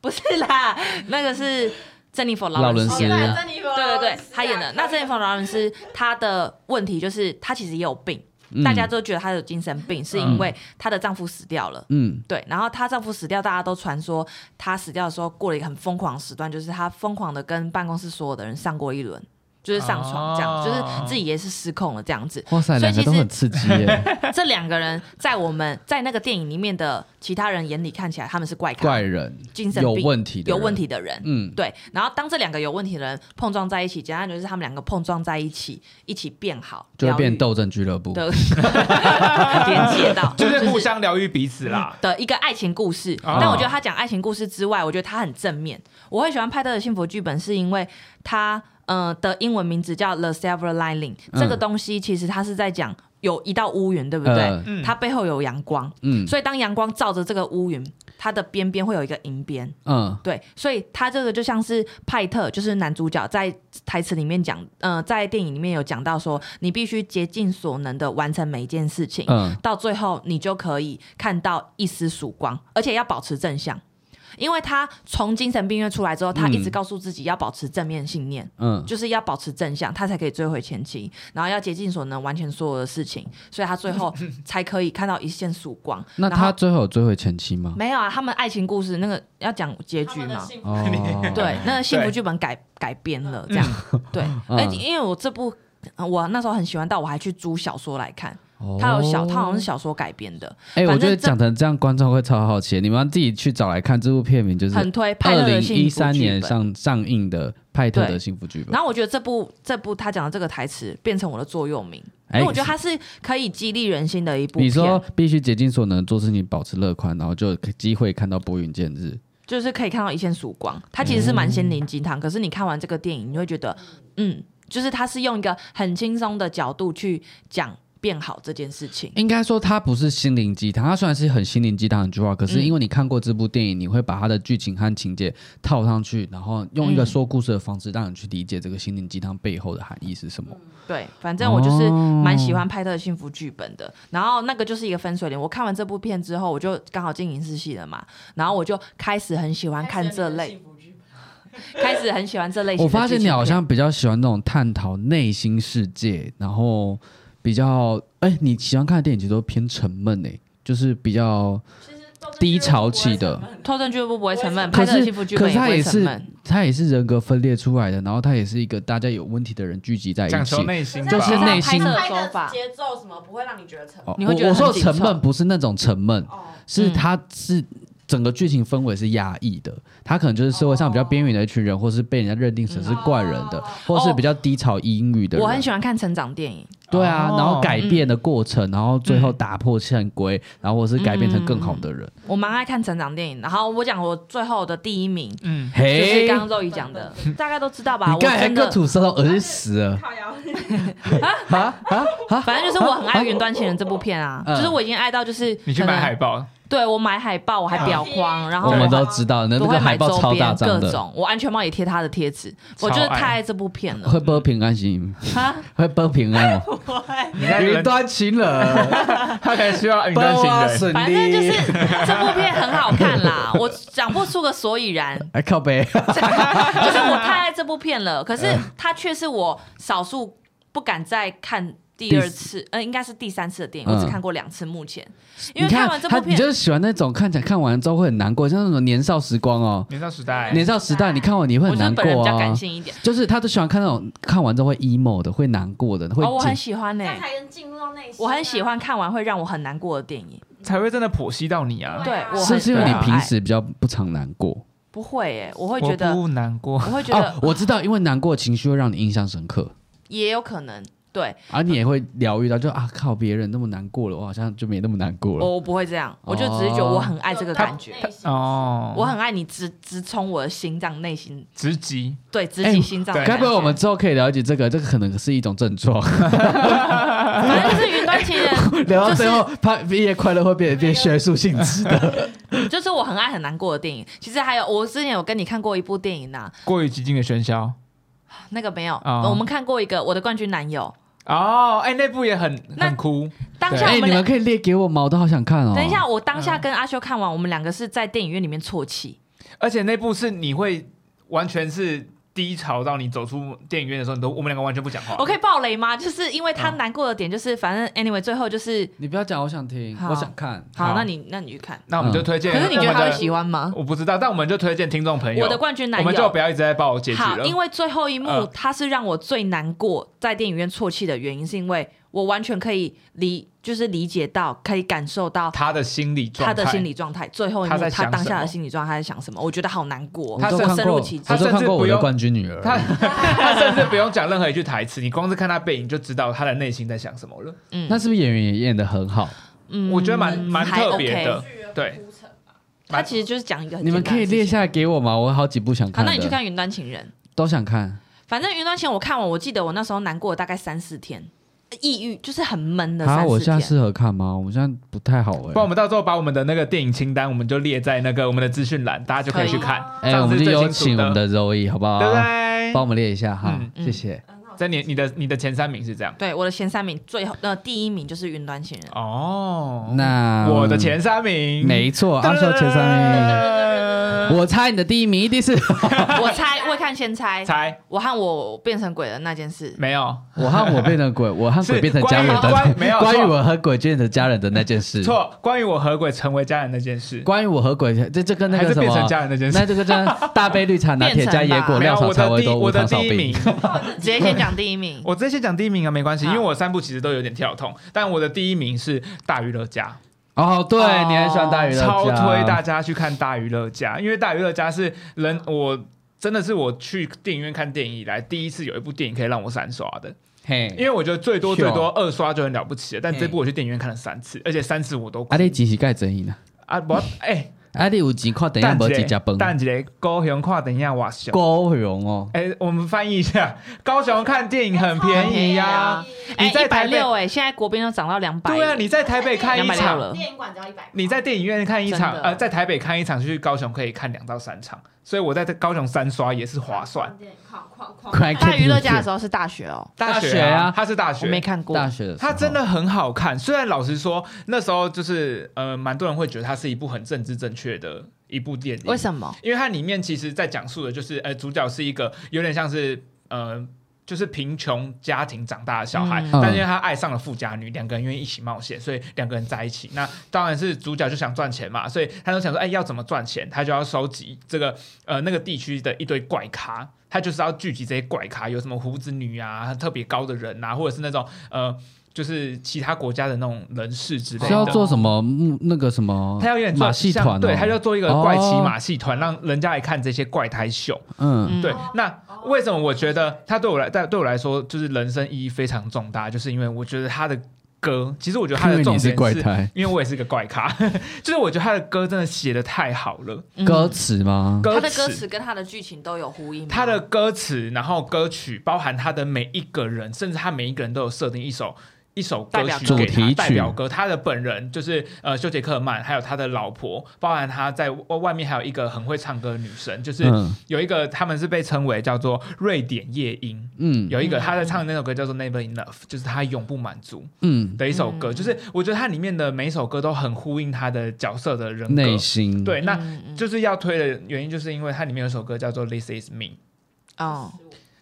D: 不是啦，那个是珍妮佛劳
A: 劳
D: 伦
A: 伦
D: 斯
A: 斯是
B: 哦对，珍妮佛，
D: 对对对，他演的那珍妮佛劳伦斯，她的问题就是她其实也有病，大
A: 嗯
D: 家都觉得她有精神病，是因为她的丈夫死掉了。
A: 嗯
D: 对，然后她丈夫死掉，大家都传说她死掉的时候过了一个很疯狂的时段，就是她疯狂的跟办公室所有的人上过一轮，就是上床这样，
C: 哦
D: 就是自己也是失控了这样子。
A: 哇塞，
D: 所
A: 两
D: 以其
A: 个
D: 实
A: 都很刺激
D: *laughs*
A: 耶，
D: 这两个人在我们在那个电影里面的其他人眼里看起来他们是怪咖、
A: 怪人，
D: 精神
A: 有
D: 病
A: 问题的，
D: 有问，题的人。
A: 嗯，
D: 对，然后当这两个有问题的人碰撞在一起，简单就是他们两个碰撞在一起，一起变好，
A: 就会
D: 疗愈
A: 变斗争俱乐部。
D: 的连接到，
C: *laughs* 就是互相疗愈彼此啦。
D: 的一个爱情故事，
C: 哦
D: 但我觉得他讲爱情故事之外，我觉得他很正面。我会喜欢派特的幸福剧本，是因为他呃的英文名字叫《The Silver Lining》，
A: 嗯
D: 这个东西其实他是在讲有一道乌云，对不对
A: 呃？
C: 嗯
D: 它背后有阳光，
A: 嗯
D: 所以当阳光照着这个乌云，它的边边会有一个银边。
A: 嗯，
D: 对，所以他这个就像是派特，就是男主角在台词里面讲，呃，在电影里面有讲到说，你必须竭尽所能的完成每一件事情，
A: 嗯
D: 到最后你就可以看到一丝曙光，而且要保持正向。因为他从精神病院出来之后，他一直
A: 嗯
D: 告诉自己要保持正面信念，
A: 嗯，
D: 就是要保持正向，他才可以追回前妻，然后要竭尽所能完成所有的事情，所以他最
A: *laughs*
D: 后才可以看到一线曙光。
A: 那
D: 然后
A: 他最后有追回前妻吗？
D: 没有啊？他们爱情故事那个要讲结
B: 他
D: 局
B: 们的
D: 吗？
B: 幸福
A: 哦，
D: *laughs* 对，那个幸福
C: 对
D: 剧本改改编了这样，对，
A: 嗯
D: 而且因为我这部。呃我那时候很喜欢，到我还去租小说来看，
A: 哦
D: 它有小，它好像是小说改编的，
A: 哎，我
D: 反正
A: 觉得
D: 这
A: 讲成这样，观众会超好奇。你们要自己去找来看这部片名，就是
D: 很推派
A: 二
D: 特的
A: 零
D: 幸
A: 一
D: 福剧
A: 三年
D: 本
A: 上上映的派特
D: 对
A: 的幸福剧本
D: 然。后我觉得这部这部他讲的这个台词变成我的座右铭，因
A: 哎
D: 为我觉得它是可以激励人心的一部
A: 你说
D: 片，
A: 必须竭尽所能做事情，保持乐观，然后就有机会看到拨云见日。
D: 就是可以看到一线曙光。它其实是蛮心灵鸡汤，可是你看完这个电影，你会觉得，嗯，就是它是用一个很轻松的角度去讲变好这件事情。
A: 应该说它不是心灵鸡汤，它虽然是很心灵鸡汤的一句话，可是因为你看过这部电影，你会把它的剧情和情节套上去，然后用
D: 嗯
A: 一个说故事的方式，让你去理解这个心灵鸡汤背后的含义是什么。
D: 对，反正我就是蛮喜欢派特的幸福剧本的。然后那个就是一个分水岭。我看完这部片之后，我就刚好进影视系了嘛，然后我就开始很喜欢看
A: 哦
D: 这类，开始很喜欢这类型
A: 我
D: 的剧情片。
A: 发现你好像比较喜欢那种探讨内心世界，然后比较哎、你喜欢看的电影其实都偏沉闷哎、就是比较低潮期的。
D: *laughs* 偷证俱乐部不会沉闷，
A: 可
D: 拍
A: 是
D: 特的幸福剧本
A: 可是
D: 不
A: 它
D: 会
A: 也
D: 沉
A: 是
D: 闷。
A: 它也是人格分裂出来的，然后它也是一个大家有问题的人聚集在一
C: 讲
A: 起
C: 求。内心吧，
A: 就是内心
D: 的
B: 拍
D: 手法
B: 节奏什么不会让你觉得成
A: 哦
D: 你会觉得
A: 我我说
D: 很
A: 的
D: 紧
A: 沉闷
D: 凑
A: 不是那种沉闷，
B: 哦，
A: 是
D: 嗯
A: 它是整个剧情氛围是压抑的，他可能就是社会上比较边缘的一群
D: 哦
A: 人，或是被人家认定成是怪人的，
B: 哦
A: 或是比较低潮英语的人。
D: 嗯我很喜欢看成长电影，
A: 对啊，
C: 哦
A: 然后改变的过程，然后最后
D: 嗯
A: 打破潜规，然后或是改变成更好的人。
D: 我蛮爱看成长电影。然后我讲我最后的第一名，
C: 嗯，
D: 就是
A: 嘿，
D: 刚刚肉姨讲的，大概都知道吧？
A: 你
D: 我
A: 刚才还
D: 真
A: 跟
D: 的，
A: 吐舌头，恶心死了
B: 靠腰，
A: 啊啊啊！
D: 反正就是我很爱《云端情人》这部片啊，
A: 嗯
D: 就是我已经爱到就是
C: 你去
D: 可能
C: 买海报，
D: 对我买海报，我还裱框， *laughs* 然后
A: 我们都
D: 还
A: 知道，那
D: 我
A: 那
D: 会
A: 个海
D: 买
A: 报
D: 周
A: 超大
D: 边
A: 张
D: 各
A: 的，
D: 种，我安全帽也贴他的贴纸，我就是太爱这部片
A: *laughs*
D: 了。
A: 会播平安行， *laughs*
D: 哈，
A: 会播平安哦，
C: 你在人
A: 端情
C: *laughs*
A: 人，
C: 他可能需 *laughs* 要云端情人，
D: 反正就是这部片很好看啦，我讲不出个所以然， *laughs*
A: 哎靠背，
D: 就是我太爱这部片了。可是它却是我少数不敢再看第二次，呃，应该是第三次的电影，我只
A: 嗯
D: 看过两次，目前
A: 你
D: 因为
A: 看
D: 完这
A: 他
D: 部
A: 你
D: 片
A: 就。是喜欢那种看起来看完之后会很难过，像那种年少时光哦，
C: 年少时代，
A: 年少时代你看完你会
D: 哎我
A: 很
D: 就是
A: 难
D: 本人比
A: 过
D: 较感
A: 啊。
D: 性一点，
A: 就是他都喜欢看那种看完之后会 emo 的，会难过的，会
D: 哦，我很
A: 紧
D: 喜欢呢、
B: 这样才能进入到内心啊。
D: 我很喜欢看完会让我很难过的电影。
C: 才会真的剖析到你啊。
D: 对
B: 啊，
D: 我
A: 是
D: 很
A: 不是因为
D: 我
A: 你
D: 很
A: 平
D: 爱
A: 时比较不常难过？
D: 不会诶、我会
C: 我
D: 觉得，
C: 不难过
D: 啊我，会觉得
A: 哦，我知道，因为难过的情绪会让你印象深刻，
D: 也有可能，
A: *laughs*
D: 对
A: 而、你也会疗愈到，就啊靠，别人那么难过了，我好像就没那么难过了。
D: 我不会这样，
A: 哦
D: 我就只是觉得我很爱这个感觉，
B: *laughs*
C: 哦，
D: 我很爱你直直冲我的心脏内心，
C: 直击，
D: 对，直
A: 哎
D: 击心脏的
C: 对
D: 感觉。
A: 该不会我们之后可以了解这个？这个可能是一种症
D: *laughs*
A: 状。
D: 反正就是云端情人，
A: 聊到最后，他毕业快乐会变
D: 哎
A: 变学术性质的。 *laughs*
D: 就是我很爱很难过的电影。其实还有，我之前有跟你看过一部电影呐、
C: 过于激进的喧嚣。
D: 那个没有，
C: 哦
D: 我们看过一个《我的冠军男友
C: 哦，哎，那部也很
D: 那
C: 很哭，》。
D: 当
C: 对
D: 下
A: 哎、
D: 我
A: 你
D: 们
A: 们
D: 俩，
A: 可以列给我吗？我都好想看哦。
D: 等一下，，我当下跟阿修看完，我们两个是在电影院里面啜泣。
C: 而且那部是你会完全是低潮到你走出电影院的时候，你都我们两个完全不讲话。
D: 我可以爆雷吗？就是因为他
A: 哦
D: 难过的点，就是反正 anyway 最后就是
A: 你不要讲，我想听，
D: 好
A: 我想看。
D: 好，
C: 好
D: 那你那你去看。
C: 那我们就推荐。
D: 可是你觉得他会喜
C: 欢？
D: 欢吗？
C: 我不知道，但我们就推荐听众朋友。
D: 我的冠军男
C: 我
D: 友，
C: 们就不要一直在报结局
D: 好，
C: 了。
D: 因为最后一幕、
C: 嗯
D: 它是让我最难过，在电影院啜泣的原因，是因为我完全可以理，就是理解到，可以感受到
C: 他的心理状
D: 他
C: 态，
D: 的心理状态。最后一幕
C: 他在
D: 他
C: 想
D: 当
C: 什
D: 下
C: 么
D: 的心理状态在想什么？我觉得好难过，
C: 他
A: 我都
D: 我
A: 看
D: 深
A: 过，
D: 入
A: 我
D: 其中嗯
C: 他。
A: 都
C: 甚
A: 看
C: 至
A: 过我
C: 不
A: 的
C: 用
A: 冠军女儿。
C: 他他甚至不用讲任何一句台词，你光是看他背影就知道他的内心在想什么了。
D: 嗯
A: 那是不是演员也演的很好？
D: 嗯
C: 我觉得蛮蛮
D: 还
C: 特别
D: OK
C: 的，对。
D: 他其实就是讲一个很
A: 你们
D: 简单
A: 可
D: 的
A: 以列
D: 事情。
A: 下来给我吗？我好几部想
D: 好，
A: 看的。
D: 那你去看《云端情人》。
A: 都想看。
D: 反正《云端情人》我看完，我记得我那时候难过了大概三四天，抑郁就是很闷的三四
A: 啊，
D: 天。
A: 我现在适合看吗？我现在不太好哎、
C: 不然我们到时候把我们的那个电影清单，我们就列在那个我们的资讯栏，大家就可
B: 哦
C: 以去看。
A: 哎、
C: 这样
A: 我
C: 子
A: 们就
C: 是最
A: 有
C: 清
A: 请
C: 楚
A: 我们的柔仪，好不好？
C: 对不对？
A: 帮我们列一下哈
C: 嗯，
D: 嗯
A: 谢谢。
C: 在你你的你的前三名是这样
D: 对我的前三名，最后呃第一名就是《云端情人》。
C: 哦。
A: 那嗯
C: 我的前三名，
A: 没错，哦阿秀前三名，我猜你的第一名一定
C: *laughs*
A: 是
D: 我猜，未看先猜，
C: 猜
D: 我和我变成鬼的那件事，
C: 没有
A: 我和我变成鬼，我和鬼
C: 是
A: 变成家人的，
C: 关于关没有
A: *laughs* 关于
C: 错
A: 我和鬼变成家人的那件事，，
C: 错。关于我和鬼成为家人那件事，
A: 关于我和鬼，这这跟那
C: 还
A: 个
C: 是
A: 什
C: 变成家
A: 么，
C: 人那
A: *laughs*
C: 件
A: 那
C: 事。
A: 这个跟大杯绿
C: *laughs*
A: 茶拿铁加野果
C: 没
A: 料
C: 有
A: 炒
C: 我
A: 肠
C: 的
A: 胃
C: 第
A: 都无
C: 我的
A: 糖少
C: 第一
A: 冰
C: 名，，
D: 直接先讲第一名。
C: *laughs* 我直接先讲第一名啊，没关系，
D: 好
C: 因为我三部其实都有点跳痛，但我的第一名是大娱乐家。
A: 哦，对，
D: 哦
A: 你很喜欢大鱼乐
C: 超
A: 家
C: 推大家去看大娱乐家，因为大娱乐家是人我。真的是我去电影院看电影以来，第一次有一部电影可以让我三刷的，因
A: 嘿，
C: 为我觉得最多
A: 嗯是哦
C: 最多二刷就很了不起了，但这
A: 嘿
C: 部我去电影院看了三次，而且三次我都哭
A: 阿弟几时盖争议呢？
C: 啊我哎，
A: 阿弟有钱看等一下
C: 蛋
A: 无
C: 姐
A: 几家崩，
C: 蛋姐高雄跨等一下哇小，
A: 高雄哦，
C: 哎，我们翻译一下，高雄看电影很便宜呀，
D: 哎，
C: 你在
D: 一百
C: 台北
D: 六哎，现在国宾都涨到两百。
C: 对啊，你在台北看一
D: 260
C: 场
D: 了
B: 电影馆只要一百，
C: 你在电影院看一场，
D: 真的
C: 呃，在台北看一场，去高雄可以看两到三场，所以我在这高雄三刷也是划算。。
B: 框框框
A: 快
D: 大娱乐家的时
A: 候，
D: 候是大学哦，
A: 大学
C: 学
A: 啊
C: 它是大
D: 我没
C: 学。
D: 看过。
A: 大学的时候
C: 它真的很好看，虽然老实说，那时候就是呃，蛮多人会觉得它是一部很政治正确的一部电影。
D: 为什么？
C: 因为它里面其实在讲述的就是，呃，主角是一个有点像是呃，就是贫穷家庭长大的小孩，
D: 嗯
C: 但是因为他爱上了富家女，两个人愿意一起冒险，所以两个人在一起。那当然是主角就想赚钱嘛，所以他就想说，哎，要怎么赚钱？他就要收集这个呃那个地区的一堆怪咖。他就是要聚集这些怪咖，有什么胡子女啊、特别高的人啊，或者是那种呃，就是其他国家的那种人士之类的。
A: 是要做什么木那个什么？
C: 他要有点做
A: 马戏
C: 像
A: 团哦
C: 对，他就做一个怪奇
A: 哦
C: 马戏团，让人家来看这些怪胎秀。
A: 嗯，
D: 嗯
C: 对，那为什么我觉
B: 哦
C: 得他对我来，对对我来说，就是人生意义非常重大，就是因为我觉得他的歌，其实我觉得他
A: 因
C: 的
A: 为
C: 重
A: 你
C: 点
A: 是
C: 是
A: 怪胎，
C: 因为我也是个怪咖， *laughs* 就是我觉得他的歌真的写的太好了，
D: 嗯
A: 歌词吗？
D: 他
C: 歌
D: 的歌
C: 词。
D: 词跟他的剧情都有呼应吗。嗯
C: 他的歌词，然后歌曲包含他的每一个人，甚至他每一个人都有设定一首一首
D: 代
C: 歌
D: 表
C: 曲
D: 歌
C: 给
A: 主
C: 他
A: 题
C: 代
A: 曲
C: 表歌，他的本人就是呃休杰克曼，还有他的老婆，包含他在外外面还有一个很会唱歌的女生，就是
A: 嗯
C: 有一个他们是被称为叫做瑞典夜莺，
A: 嗯
C: 有一个他在唱的那首歌叫做 Never Enough，就是他永不满足
A: 嗯，
C: 的一首歌，就是我觉得它里面的每一首歌都很呼应他的角色的人格，
A: 内心
C: 对，那
D: 嗯嗯
C: 就是要推的原因，就是因为它里面有首歌叫做《This Is Me》。
D: 哦，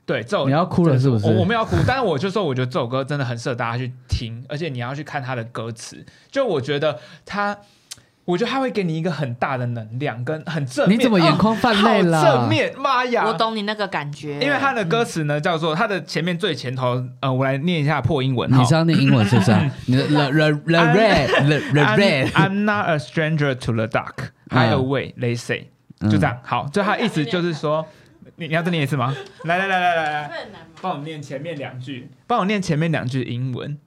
C: 对，这首
A: 你要哭了是不是
C: 我我没有哭， *laughs* 但是我就说，我觉得这首歌真的很适合大家去听，而且你要去看它的歌词。就我觉得它，我觉得它会给你一个很大的能量，跟很正面。
A: 你怎么眼
C: 哦
A: 眶泛泪了？
C: 好正面，妈呀！
D: 我懂你那个感觉，
C: 啊因为它的歌词呢，叫做它的前面最前头，呃，我来念一下破英文哈。
A: 你是要念英文是不是
C: *laughs*
A: 啊？你
C: 嗯
A: 的 the the the red the the
C: I'm,
A: red，
C: I'm not a stranger to the dark.
A: *laughs* 嗯
C: Hide away, they say.
A: 嗯
C: 就这样，好，就他意思就是说，你你要再念一次吗？来来来来来来，
B: 很难吗？
D: 哦
C: 帮我念前面两句，帮我念前面两句英文。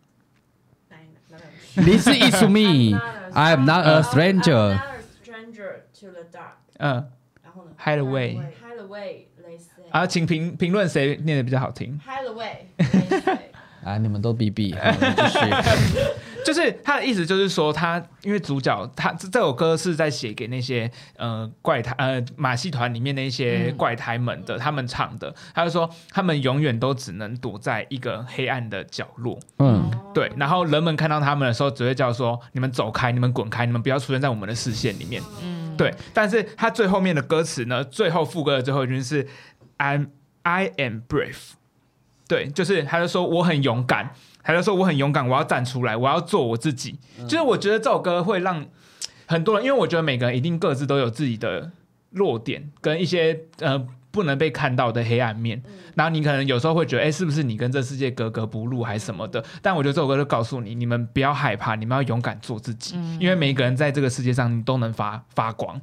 A: This is me. I am not a
E: I'm
A: stranger.
E: not a stranger to the dark.
C: 嗯，
E: 然后呢
C: Hide away
E: ？Hide away, they say.
C: 啊，请评评论谁念的比较好听。
E: Hide away, they say.
A: 啊，你们都逼
C: *laughs*
A: 逼，好继续
C: 就是他的意思，就是说他因为主角他这这首歌是在写给那些呃怪胎呃马戏团里面那些怪胎们的，他们唱的。他就说他们永远都只能躲在一个黑暗的角落，
A: 嗯，
C: 对，然后人们看到他们的时候，只会叫说：“你们走开，你们滚开，你们不要出现在我们的视线里面。”
D: 嗯，
C: 对，但是他最后面的歌词呢，最后副歌的最后一句是 “I'm I am brave”，对，就是他就说我很勇敢，他就说我很勇敢，我要站出来，我要做我自己。
A: 嗯
C: 就是我觉得这首歌会让很多人，因为我觉得每个人一定各自都有自己的弱点跟一些呃。不能被看到的黑暗面，然后你可能有时候会觉得，哎、是不是你跟这世界格格不入，还是什么的？但我觉得这首歌就告诉你，你们不要害怕，你们要勇敢做自己，因为每一个人在这个世界上，你都能发发光。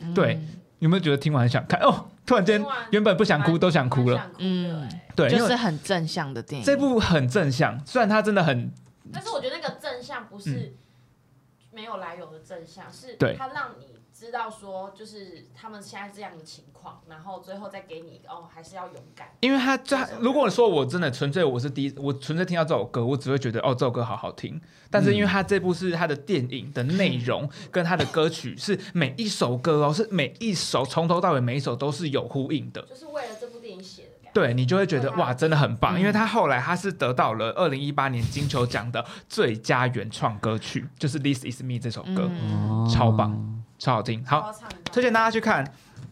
D: 嗯
C: 对，有没有觉得听完很想看？哦，突然间
E: 听完
C: 原本不想哭都想哭了。
D: 嗯
E: 嗯，
C: 对，
D: 就
C: 因
D: 是
C: 为
D: 很正向的电影。
C: 这部很正向，虽然它真的很
E: 但是我觉得那个正向不是没有来由的正向，是
C: 对
E: 他让你知道说，就是他们现在这样的情况，然后最后再给你一个哦，还是要勇敢。
C: 因为他这，如果说我真的纯粹我是第一，我纯粹听到这首歌，我只会觉得哦，这首歌好好听。但是因为他这部是他的电影的内容跟他的歌曲是每一首歌哦，是每一首从头到尾每一首都是有呼应的。
E: 就是为了这部电影写的感觉。
C: 对你就会觉
E: 对
C: 得
E: 啊
C: 哇，真的很棒，
D: 嗯
C: 因为他后来他是得到了二零一八年金球奖的最佳原创歌曲，就是《This Is Me》这首歌，
D: 嗯，
C: 超棒，超好听。好，
E: 好唱一段
C: 推荐大家去看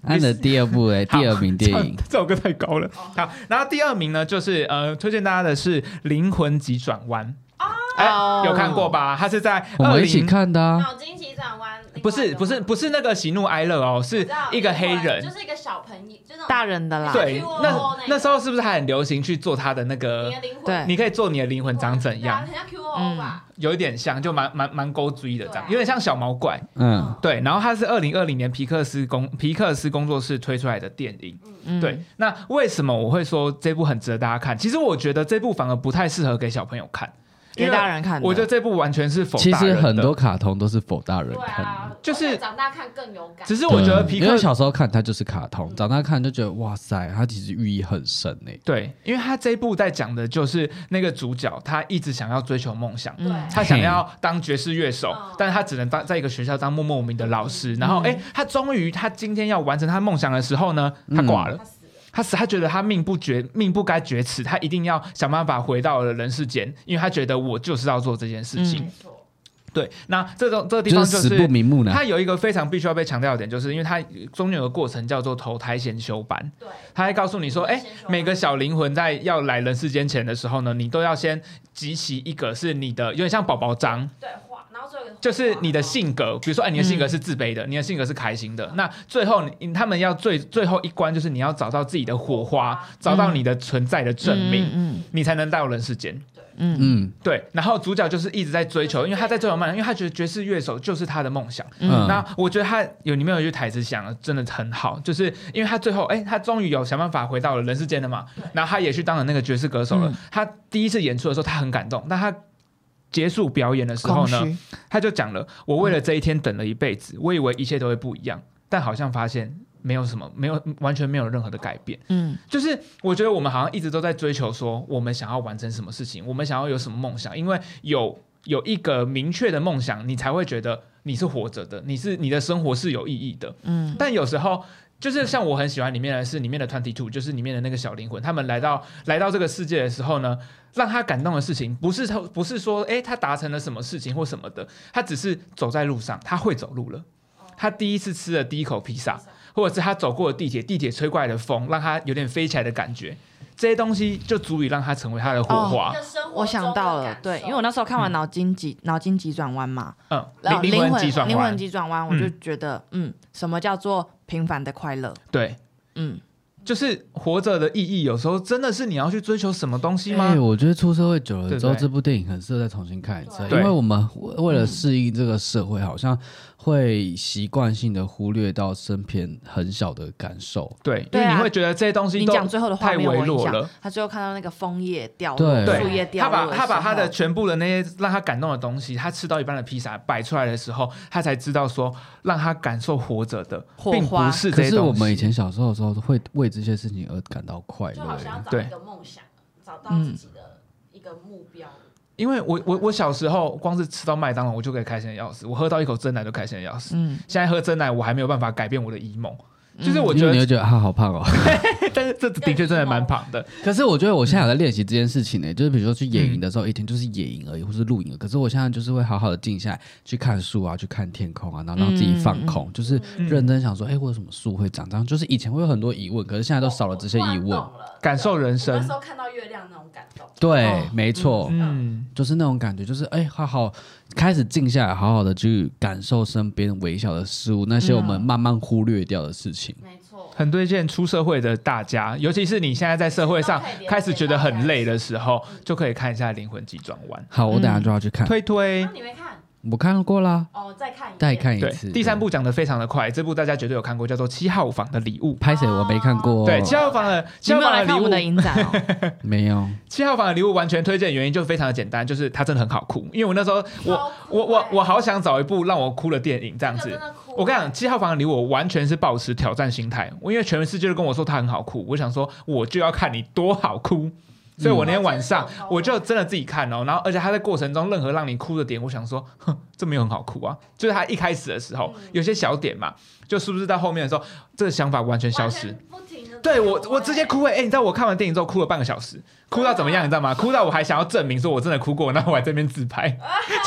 A: 按哦的第二部哎，
C: 好。
A: 第二名电影
C: *laughs* 这首歌太高了。好，然后第二名呢，就是呃，推荐大家的是《灵魂急转弯》。
D: 哦
C: 哎，有看过吧？它是在
A: 哦我
C: 二
A: 们一起
C: 零，
A: 看的啊，
E: 脑筋急转弯，另外一个
C: 不是不是不是那个喜怒哀乐哦，是一个黑人
E: 就。是一个小朋友，就那种
D: 大人的啦，
C: 对，
E: Q O O
C: 那
E: 那个
C: 那时候是不是还很流行去做他的那
E: 你
C: 个？
E: 的灵魂
D: 对
C: 你可以做你的灵魂长怎样
E: 对啊？很像 Q O O 吧？
C: 有一点像，就蛮蛮蛮勾追的这样，
E: 对啊
C: 有点像小毛怪。
A: 嗯，
C: 对，然后它是二零二零年皮克斯工皮克斯工作室推出来的电影。
D: 嗯
C: 对，，那为什么我会说这部很值得大家看？其实我觉得这部反而不太适合给小朋友看，
D: 给大人看的。
C: 我觉得这部完全是否
A: 其实很多卡通都是否大人
E: 对
A: 看的。
E: 啊，
C: 就是
E: 而且长大看更有感。
C: 只是我觉得
A: 对
C: 皮
A: 因
C: 克
A: 为小时候看它就是卡通，长大看就觉得哇塞，它其实寓意很深哎诶。
C: 对，因为他这一部在讲的就是那个主角，他一直想要追求梦想。
E: 对
D: 嗯
C: 他想要当爵士乐手
E: 嗯，
C: 但是他只能当在一个学校当默默无名的老师。然后，
D: 嗯
C: 哎、他终于他今天要完成他梦想的时候呢，他挂了。
A: 嗯
E: 他死了，
C: 他死，他觉得他命不绝，命不该绝此，他一定要想办法回到了人世间，因为他觉得我就是要做这件事
D: 嗯
C: 情。
E: 没错，
C: 对，那这种这个地
A: 就
C: 方
A: 是
C: 就
A: 死不啊
C: 是。
A: 瞑目呢。
C: 他有一个非常必须要被强调的点，就是因为他中间有个过程叫做投胎先修班，
E: 对，
C: 他还告诉你说，哎、每个小灵魂在要来人世间前的时候呢，你都要先集齐一个是你的，有点像宝宝章，
E: 对画，然后最后一个
C: 就是你的
E: 画
C: 性格，比如说，哎，你的性格是自卑的，
A: 嗯
C: 你的性格是开心的。那最后你，他们要最最后一关就是你要找到自己的火花，找到你的存在的证明，
D: 嗯
C: 你才能到人世间。
D: 嗯嗯
A: 嗯
C: 对，然后主角就是一直在追求，因为他在追求梦想，因为他觉得爵士乐手就是他的梦想。
A: 嗯
C: 那我觉得他有里面有一句台词想的真的很好，就是因为他最后哎、他终于有想办法回到了人世间了嘛
E: 对，
C: 然后他也去当了那个爵士歌手了。
D: 嗯
C: 他第一次演出的时候，他很感动，但他结束表演的时候
D: 空
C: 呢，
D: 虚，
C: 他就讲了，我为了这一天等了一辈子，我以为一切都会不一样，但好像发现没有什么，没有完全没有任何的改变。
D: 嗯
C: 就是我觉得我们好像一直都在追求说，我们想要完成什么事情，我们想要有什么梦想，因为有有一个明确的梦想，你才会觉得你是活着的，你是你的生活是有意义的。
D: 嗯
C: 但有时候。就是像我很喜欢里面的是里面的 Twenty Two，就是里面的那个小灵魂，他们来到来到这个世界的时候呢，让他感动的事情不是他不是说诶他达成了什么事情或什么的，他只是走在路上，他会走路了，他第一次吃了第一口披萨，或者是他走过的地铁，地铁吹过来的风让他有点飞起来的感觉，这些东西就足以让他成为他的火花
E: 一。
D: 哦
E: 个生活中的
D: 我想到了
E: 感，受
D: 对，因为我那时候看完
C: 嗯
D: 脑筋急脑筋急转弯嘛，
C: 嗯，灵
D: 哦灵
C: 魂急转
D: 灵
C: 弯
D: 魂，急转弯，我就觉得，嗯，什么叫做平凡的快乐？
C: 对，
D: 嗯，
C: 就是活着的意义，有时候真的是你要去追求什么东西吗？
D: 嗯
A: 哎，我觉得出社会久了
C: 对不
A: 之后，
C: 对
A: 这部电影很适合再重新看一次，因
C: 对
A: 为我们为了适应这个社会，好像会习惯性的忽略到身边很小的感受。
C: 对，因
D: 对
C: 为
D: 啊
C: 你会觉得这些东西
D: 你
C: 都
D: 讲最后的画
C: 太
D: 面，
C: 微
D: 我跟你
C: 弱
D: 讲
C: 了。，
D: 他最后看到那个枫叶掉
A: 对
D: 落，树叶
C: 对，
D: 掉
C: 他把
D: 落时候，
C: 他把他的全部的那些让他感动的东西，他吃到一半的披萨摆出来的时候，他才知道说，让他感受活着的，
D: 火
C: 并
D: 花
C: 不是这
A: 可
C: 些
A: 是我
C: 东
A: 们以
C: 西。
A: 前小时候的时候，会为这些事情而感到快
E: 就
A: 乐欸
E: 好。像要找
C: 对
E: 一个梦想，找到自己的一个目标。
C: 因为我我我小时候光是吃到麦当劳我就可以开心的要死，我喝到一口真奶就开心的要死。
D: 嗯，
C: 现在喝真奶我还没有办法改变我的 emo，就是
D: 嗯
C: 我
A: 因
C: 觉
A: 为
C: 得
A: 你会觉得他好胖哦。
C: *laughs* 但是这的确真的蛮胖的，
A: 可是我觉得我现在有在练习这件事
C: 嗯
A: 情呢、就是比如说去野营的时候，以前就是野营而已，或是露营而已。可是我现在就是会好好的静下来，去看树啊，去看天空啊，然后让自己放
C: 嗯
A: 空，就是认真想说，哎、我有什么树会长这样？就是以前会有很多疑问，可是现在都少了这些疑
E: 我突
C: 哦
A: 问
E: 然。懂了
C: 感受人
E: 我那
C: 生
E: 时。候看到月亮那种感动，
A: 对，
D: 哦
A: 没错，
C: 嗯，
A: 就是那种感觉，就是哎、好好开始静下来，好好的去感受身边微小的事物，那些我们慢慢忽略掉的事情。
E: 没错。
C: 很推荐出社会的大家，尤其是你现在在社会上开始觉得很累的时候，就可以看一下《灵魂急转弯
A: 好，我等下就要去看，》。
C: 推推
E: 那，哦你没看
A: 我看过啦，
E: 哦，再看一
A: 再
E: 遍。
A: 看一
C: 对
A: 次。，
C: 第三部讲的非常的快，这部大家绝对有看过，叫做《七号房的礼物》。
A: 拍谁我没看过、哦，
C: 对，七号房的
D: 你
C: 七
D: 没
C: 号
D: 有来
C: 房的
D: 看我们的
C: 礼物，
D: 影展
C: *laughs*
D: 哦？
A: 没有。
C: 七号房的礼物完全推荐，原因就非常的简单，就是它真的很好哭。因为我那时候我
E: 超酷
C: 我我
E: 欸
C: 我好想找一部让我哭的电影这样
E: 这
C: 子
E: 个真，的哭欸
C: 我跟你讲，七号房的礼物我完全是抱持挑战心态，我因为全世界都跟我说它很好哭，我想说我就要看你多好哭，所以我那天晚上
E: 嗯
C: 我就真的自己看哦，然后而且他在过程中任何让你哭的点，我想说，哼，这没有很好哭啊，就是他一开始的时候
E: 嗯
C: 有些小点嘛，就是不是到后面的时候，这个想法完全消
E: 完
C: 失
E: 全。不停的。
C: 对我，我直接哭哎、欸你知道我看完电影之后哭了半个小时，哭到怎么样？你知道吗？哭到我还想要证明说我真的哭过，然后我还在那边自
E: *laughs*
C: 拍，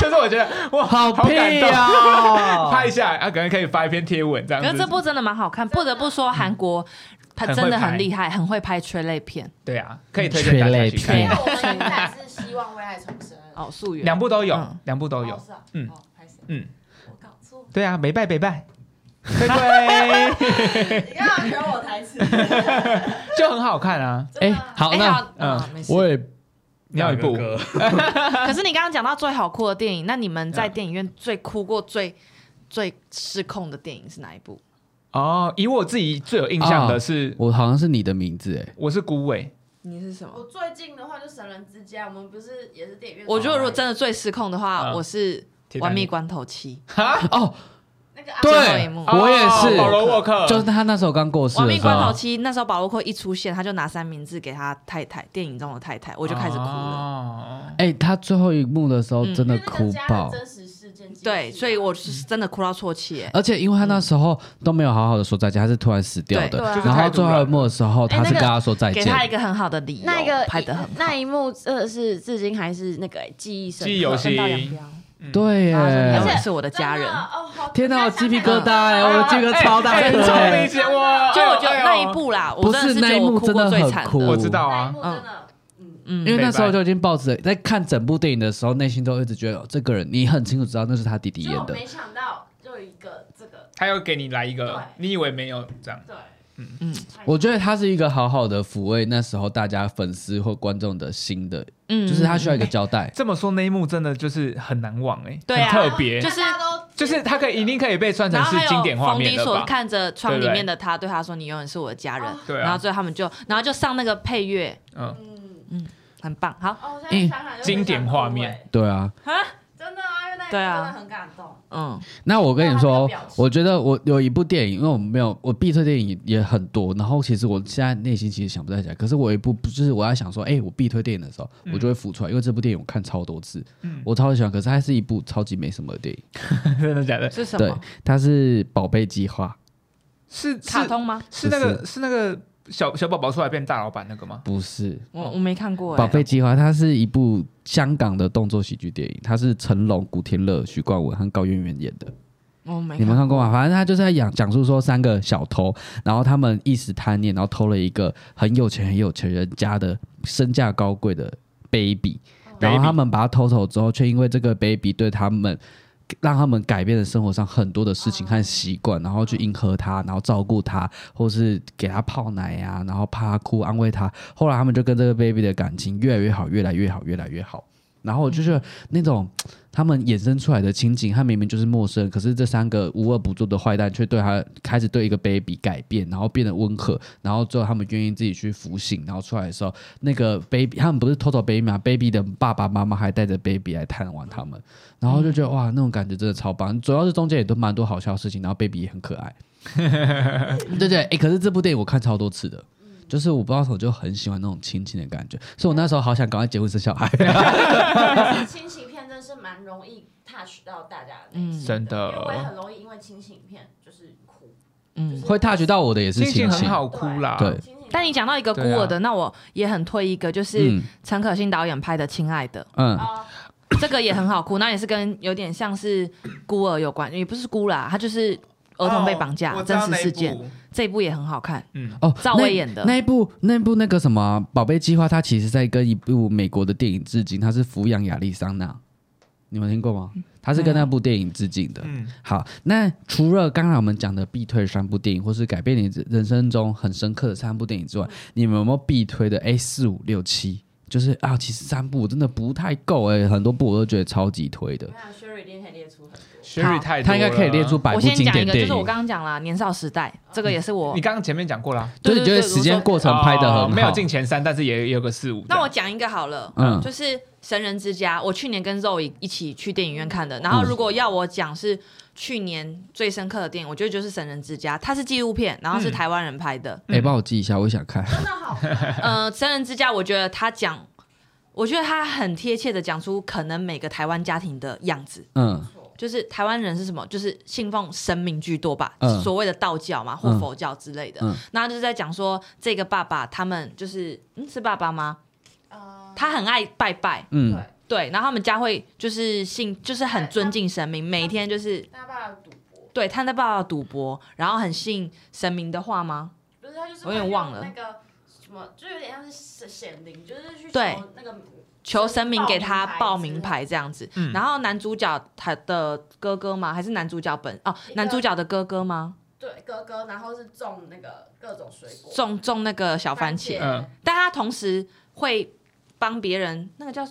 C: 就是我觉得哇，
A: 好
C: 好感
A: 屁
C: 动，
A: 哦
C: 拍一下，啊，可能可以发一篇贴文这样
D: 可
C: 子。
D: 是这部真的蛮好看，不得不说韩国他
C: 很会
D: 真的
C: 拍
D: 很厉害，很会拍催泪片
C: 对啊，可以推荐大家去
A: 缺泪
E: 因为
C: 看
A: 片，
E: 我们现在是希望为爱重生。
D: 哦，素媛
C: 两部都有
D: 嗯，
C: 两部都
E: 哦，
C: 有。
E: 是啊，
C: 嗯
E: 哦，拍谁？
C: 嗯，
E: 我搞错了，
C: 对啊，没拜没
D: *laughs*
C: 拜，推推
E: 你干嘛学我台词？
C: 就很好看啊。
A: 哎、
E: 真的啊
A: 好，
D: 哎
A: 那
D: 好嗯，没事。
A: 也
C: 你要一部，
D: *laughs* 可是你刚刚讲到最好哭的电影，那你们在电影院最哭过最最失控的电影是哪一部？
C: 哦，以我自己最有印象的是，
A: 我好像是你的名字哎、
C: 我是孤伟，
D: 你是什么
E: 我？最近的话就神人之家，我们不是也是电影院。
D: 我觉得如
A: 哦
D: 果真的最失控的话，
C: 嗯
D: 我是
C: 铁达尼
D: 《玩命关头七
A: 哦，
E: 那个啊
A: 对
D: 最后一幕
A: 我也是
C: 哦保罗沃克，
A: 就是他那时候刚过》。世
D: 玩
A: 的
D: 命
A: 时候
D: 关头
A: 啊，
D: 七那时候保罗克一出现，他就拿三明治给他太太，电影中的太太，我
C: 我
D: 就开始哭了。
C: 了。
A: 哎、他最后一幕的时候真
E: 因
A: 的
E: 为那个
A: 哭
E: 家
A: 爆
E: 的，真实事件记录
D: 对，
E: 器
D: 所以
E: 嘛
D: 我是真的哭到啜泣。哎
A: 而且因为他那时候都没有好好的说再见，他是突然死掉的，
D: 对对啊
A: 然后最后一幕的时候，
B: 哎
A: 他是跟
B: 那个
A: 他说再
D: 给
A: 见，
D: 他一个很好的理由，
B: 那个
D: 拍的很好，
B: 那一幕，真的是至今还是那个记忆深
C: 记忆犹
B: 刻。
C: 新
D: 分道扬镳。
A: 对耶，
D: 而
E: 而且
D: 且是我的家人
E: 真的，哦，好
A: 天哪，
E: 哪，
A: 我
E: 我
A: 鸡皮疙瘩哎、我的鸡皮疙瘩超大
C: 哎
A: 颗
C: 超
A: 哎、
C: 明显哇！
D: 就我觉得那一
C: 部，
D: 部哎啦，我
A: 不
D: 真的
A: 是
D: 是觉
A: 那
D: 得
A: 一
D: 我
A: 幕
D: 哭
A: 真
D: 过
A: 的
D: 最
A: 很
D: 惨
A: 哭，
D: 的。
C: 哎我知道
E: 那一
C: 啊，
E: 幕真的，嗯，
D: 嗯，
A: 因为那时候
C: 北白
A: 就已经抱着在看整部电影的时候，内心都一直觉得这个人，你很清楚知道那是他弟弟
E: 就
A: 演
E: 我
A: 的。
E: 没想到就有一个这个，
C: 他又给你来一个
E: 对，
C: 你以为没有这样，
E: 对，
C: 嗯
D: 嗯
A: 我觉得他是一个好好的抚慰那时候大家粉丝或观众的心的，
D: 嗯
A: 就是他需要一个交
C: *laughs*
A: 代。
C: 这么说那一幕真的就是很难忘哎，
D: 对啊
C: 很特别
D: 就，是
E: 大家都
C: 就是他可以一定可以被算成
D: 然后
C: 是
D: 还
C: 经典
D: 有
C: 画
D: 冯
C: 面
D: 迪
C: 了
D: 所
C: 吧？
D: 看着窗
C: 对
D: 里
C: 不对
D: 面的他，对他说：“你永远是我的家人
E: 哦。
C: 对”
D: 然后
C: 啊，
D: 最后他们就，然后就上那个配乐，
C: 嗯，
E: 嗯，
D: 很棒。好，嗯
E: 哦，我现在想想就会
C: 经典画面
E: 想哭，
A: 对啊，
E: 哎真的啊，因为那
D: 对啊
E: 真的很感动。
D: 嗯，
A: 那我跟你
E: 那他那个
A: 说
E: 表，情
A: 我觉得我有一部电影，因为我没有我避退电影也很多，然后其实我现在内心其实想不太起来，可是我有一部就是我在想说，哎、我避退电影的时候，我就会浮出来，因为这部电影我看超多次，我超级喜欢，可是它是一部超级没什么的电影，
C: 真的假的？
D: 是什
A: 对
D: 么？，
A: 它是《宝贝计划
C: 是是
D: 卡通吗？
C: 是那个是那个小小宝宝出来变大老板那个吗》，？
A: 不是
C: 哦
D: 我我没看过
A: 《
D: 哎。
A: 宝贝计划》，它是一部香港的动作喜剧电影，它是成龙、古天乐、许冠文和高圆圆演的。
D: 我没
A: 你们看过吗？反正他就是在讲讲述说三个小偷，然后他们一时贪念，然后偷了一个很有钱很有钱人家的身价高贵的 baby，然后他们把它偷走之后，却因为这个 baby 对他们。让他们改变了生活上很多的事情和习惯，然后去迎合他，然后照顾他，或是给他泡奶呀、然后怕他哭，安慰他。后来他们就跟这个 baby 的感情越来越好，越来越好，越来越好。然后我就觉得那种他们衍生出来的情景，他明明就是陌生，可是这三个无恶不作的坏蛋却对他开始对一个 baby 改变，然后变得温和，然后最后他们愿意自己去服刑，然后出来的时候，那个 baby 他们不是偷走 baby 嘛，baby 的爸爸妈妈还带着 baby 来探望他们，然后就觉得哇，那种感觉真的超棒。主要是中间也都蛮多好笑的事情，然后 baby 也很可爱。对对，哎、可是这部电影我看超多次的。就是我不知道为什么，我就很喜欢那种亲情的感觉，所以我那时候好想赶快结婚生小孩。
E: 其实亲情片真是蛮容易 touch 到大家的内
D: 嗯
E: 心
C: 真
E: 的，因为我也
C: 的，
E: 很容易因为亲情片就是哭，啊
D: 嗯，
A: *laughs* 会 touch 到我的也是
C: 心
A: 亲
C: 情
A: 情
C: 很，好哭啦。
A: 对
E: 亲情
D: 但你讲到一个孤
C: 啊
D: 儿的，那我也很推一个，就是
A: 嗯
D: 陈可辛导演拍的《亲
A: *laughs*
D: 爱的
A: 嗯，
E: 哦，》，
D: 这个也很好哭，那也是跟有点像是孤儿有关，也不是孤啦，他就是儿童被绑架、
C: 哦我知
D: 真
C: 道
D: 实
C: 那一
D: 事件，
C: 部
D: 这一部也很好看。
C: 嗯，
A: 哦，
D: 赵
A: 那
D: 薇演的
A: 那一部那一部那个什么啊《宝贝计划》，它其实在跟一部美国的电影致敬，它是《抚养亚历桑娜》，你们听过吗？它是跟那部电影致敬的。
C: 嗯
A: 好，那除了刚才我们讲的必推三部电影，或是改变你人生中很深刻的三部电影之
C: 嗯
A: 外，你们有没有必推的？哎，四五六七，就是啊，其实三部我真的不太够哎、很多部我都觉得超级推的
D: 嗯
E: 我。想 Sherry 一定可以列出很多。
C: ，Sherry 太多了
A: 他应该可以列出。百
D: 我
A: 部
D: 先
A: 经
D: 讲一
A: 典
D: 个，
A: 电影。
D: 就是我刚刚讲啦，《年少时代》这个也是我
C: 你。刚刚前面讲过啦，
A: 就是你觉
D: 对对
A: 得
D: 对
A: 时间过程拍的很好，
C: 哦没有进前三，但是也也有个四五。
D: 那我讲一个好了，
A: 嗯
D: 就是《神人之家》，我去年跟肉一一起去电影院看的。然
A: 嗯
D: 后如果要我讲是去年最深刻的电影，我觉得就是《神人之家》，它是纪录片，然后是
C: 嗯
D: 台湾人拍的。
A: *laughs* 哎、帮我记一下，我也想看。
E: 真的好，
D: 呃，《三人之家》，我觉得他讲，我觉得他很贴切的讲出可能每个台湾家庭的样子，
A: 嗯
D: 就是台湾人是什么，就是信奉神明居多吧，
A: 嗯
D: 所谓的道教嘛或
A: 嗯
D: 佛教之类的。
A: 嗯
D: 那就是在讲说这个爸爸他们就是，嗯，是爸爸吗？
E: 呃，
D: *laughs* 他很爱拜拜，
E: 对
A: 嗯，，
D: 对，然后他们家会就是信，就是很尊敬神明，每天就是
E: 那他爸爸赌博，
D: 对他的爸爸赌博，然后很信神明的话吗？
E: 不是他就是
D: 我有点
E: 会用
D: 忘了
E: 那个什么，就有点像是显显灵，就是去
D: 对
E: 求那个
D: 求神明给他报
E: 报
D: 名
E: 名
D: 牌
E: 牌
D: 这样子。
C: 嗯
D: 然后男主角他的哥哥吗？还是男主角本哦
E: 一？个
D: 男主角的哥哥吗？
E: 对哥哥，然后是种那个各种水果，
D: 种种那个小番茄，
E: 番
C: 嗯，
D: 但他同时会帮别人，那个叫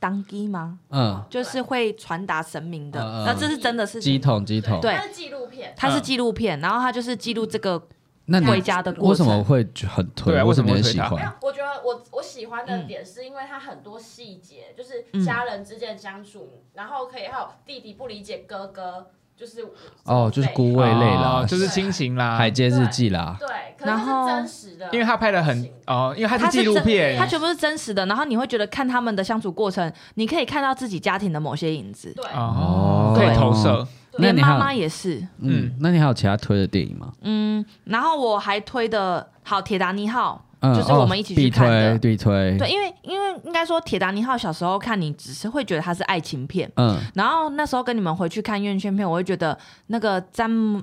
D: 当机吗？
A: 嗯，
D: 就是会传达神明的
A: 嗯嗯。
D: 那、这是真的是
A: 鸡桶鸡桶。
D: 对
E: 它是纪录片，
D: 它是纪录片，然后它就是记录这个
A: 那你
D: 回家的过
A: 为什
D: 程。
A: 么会很推？
C: 对啊
A: 为什么
C: 为
A: 你
C: 什么会
A: 喜
C: 推它
E: 没有
A: 欢？，
E: 我觉得我我喜欢的点是因为它很多细节，就是
D: 嗯
E: 家人之间的相处，然后可以还有弟弟不理解哥哥，就是
A: 哦，就是
E: 对
A: 孤味类
C: 哦
A: 啦，
C: 就是亲情啦。
A: 海街日记啦。
E: 对，可
D: 然
E: 能是
D: 后
E: 真实的，
C: 因为他拍的很哦，因为他
D: 它
C: 是纪录
D: 真
C: 片，
D: 它全部是真实的，然后你会觉得看他们的相处过程，你可以看到自己家庭的某些影子，
E: 对，
A: 嗯
C: 哦，可以投射，
A: 那
D: 连
A: 你
D: 妈妈
A: 还有
D: 也是。
A: 嗯，那你还有其他推的电影吗？
D: 嗯，然后我还推的好《铁达尼号》
A: 嗯，
D: 就是我们一起去
A: 必
D: 看的
A: 推必推。
D: 对，，因为因为应该说《铁达尼号》小时候看，你只是会觉得它是爱情片，
A: 嗯
D: 然后那时候跟你们回去看院线片，我会觉得那个詹姆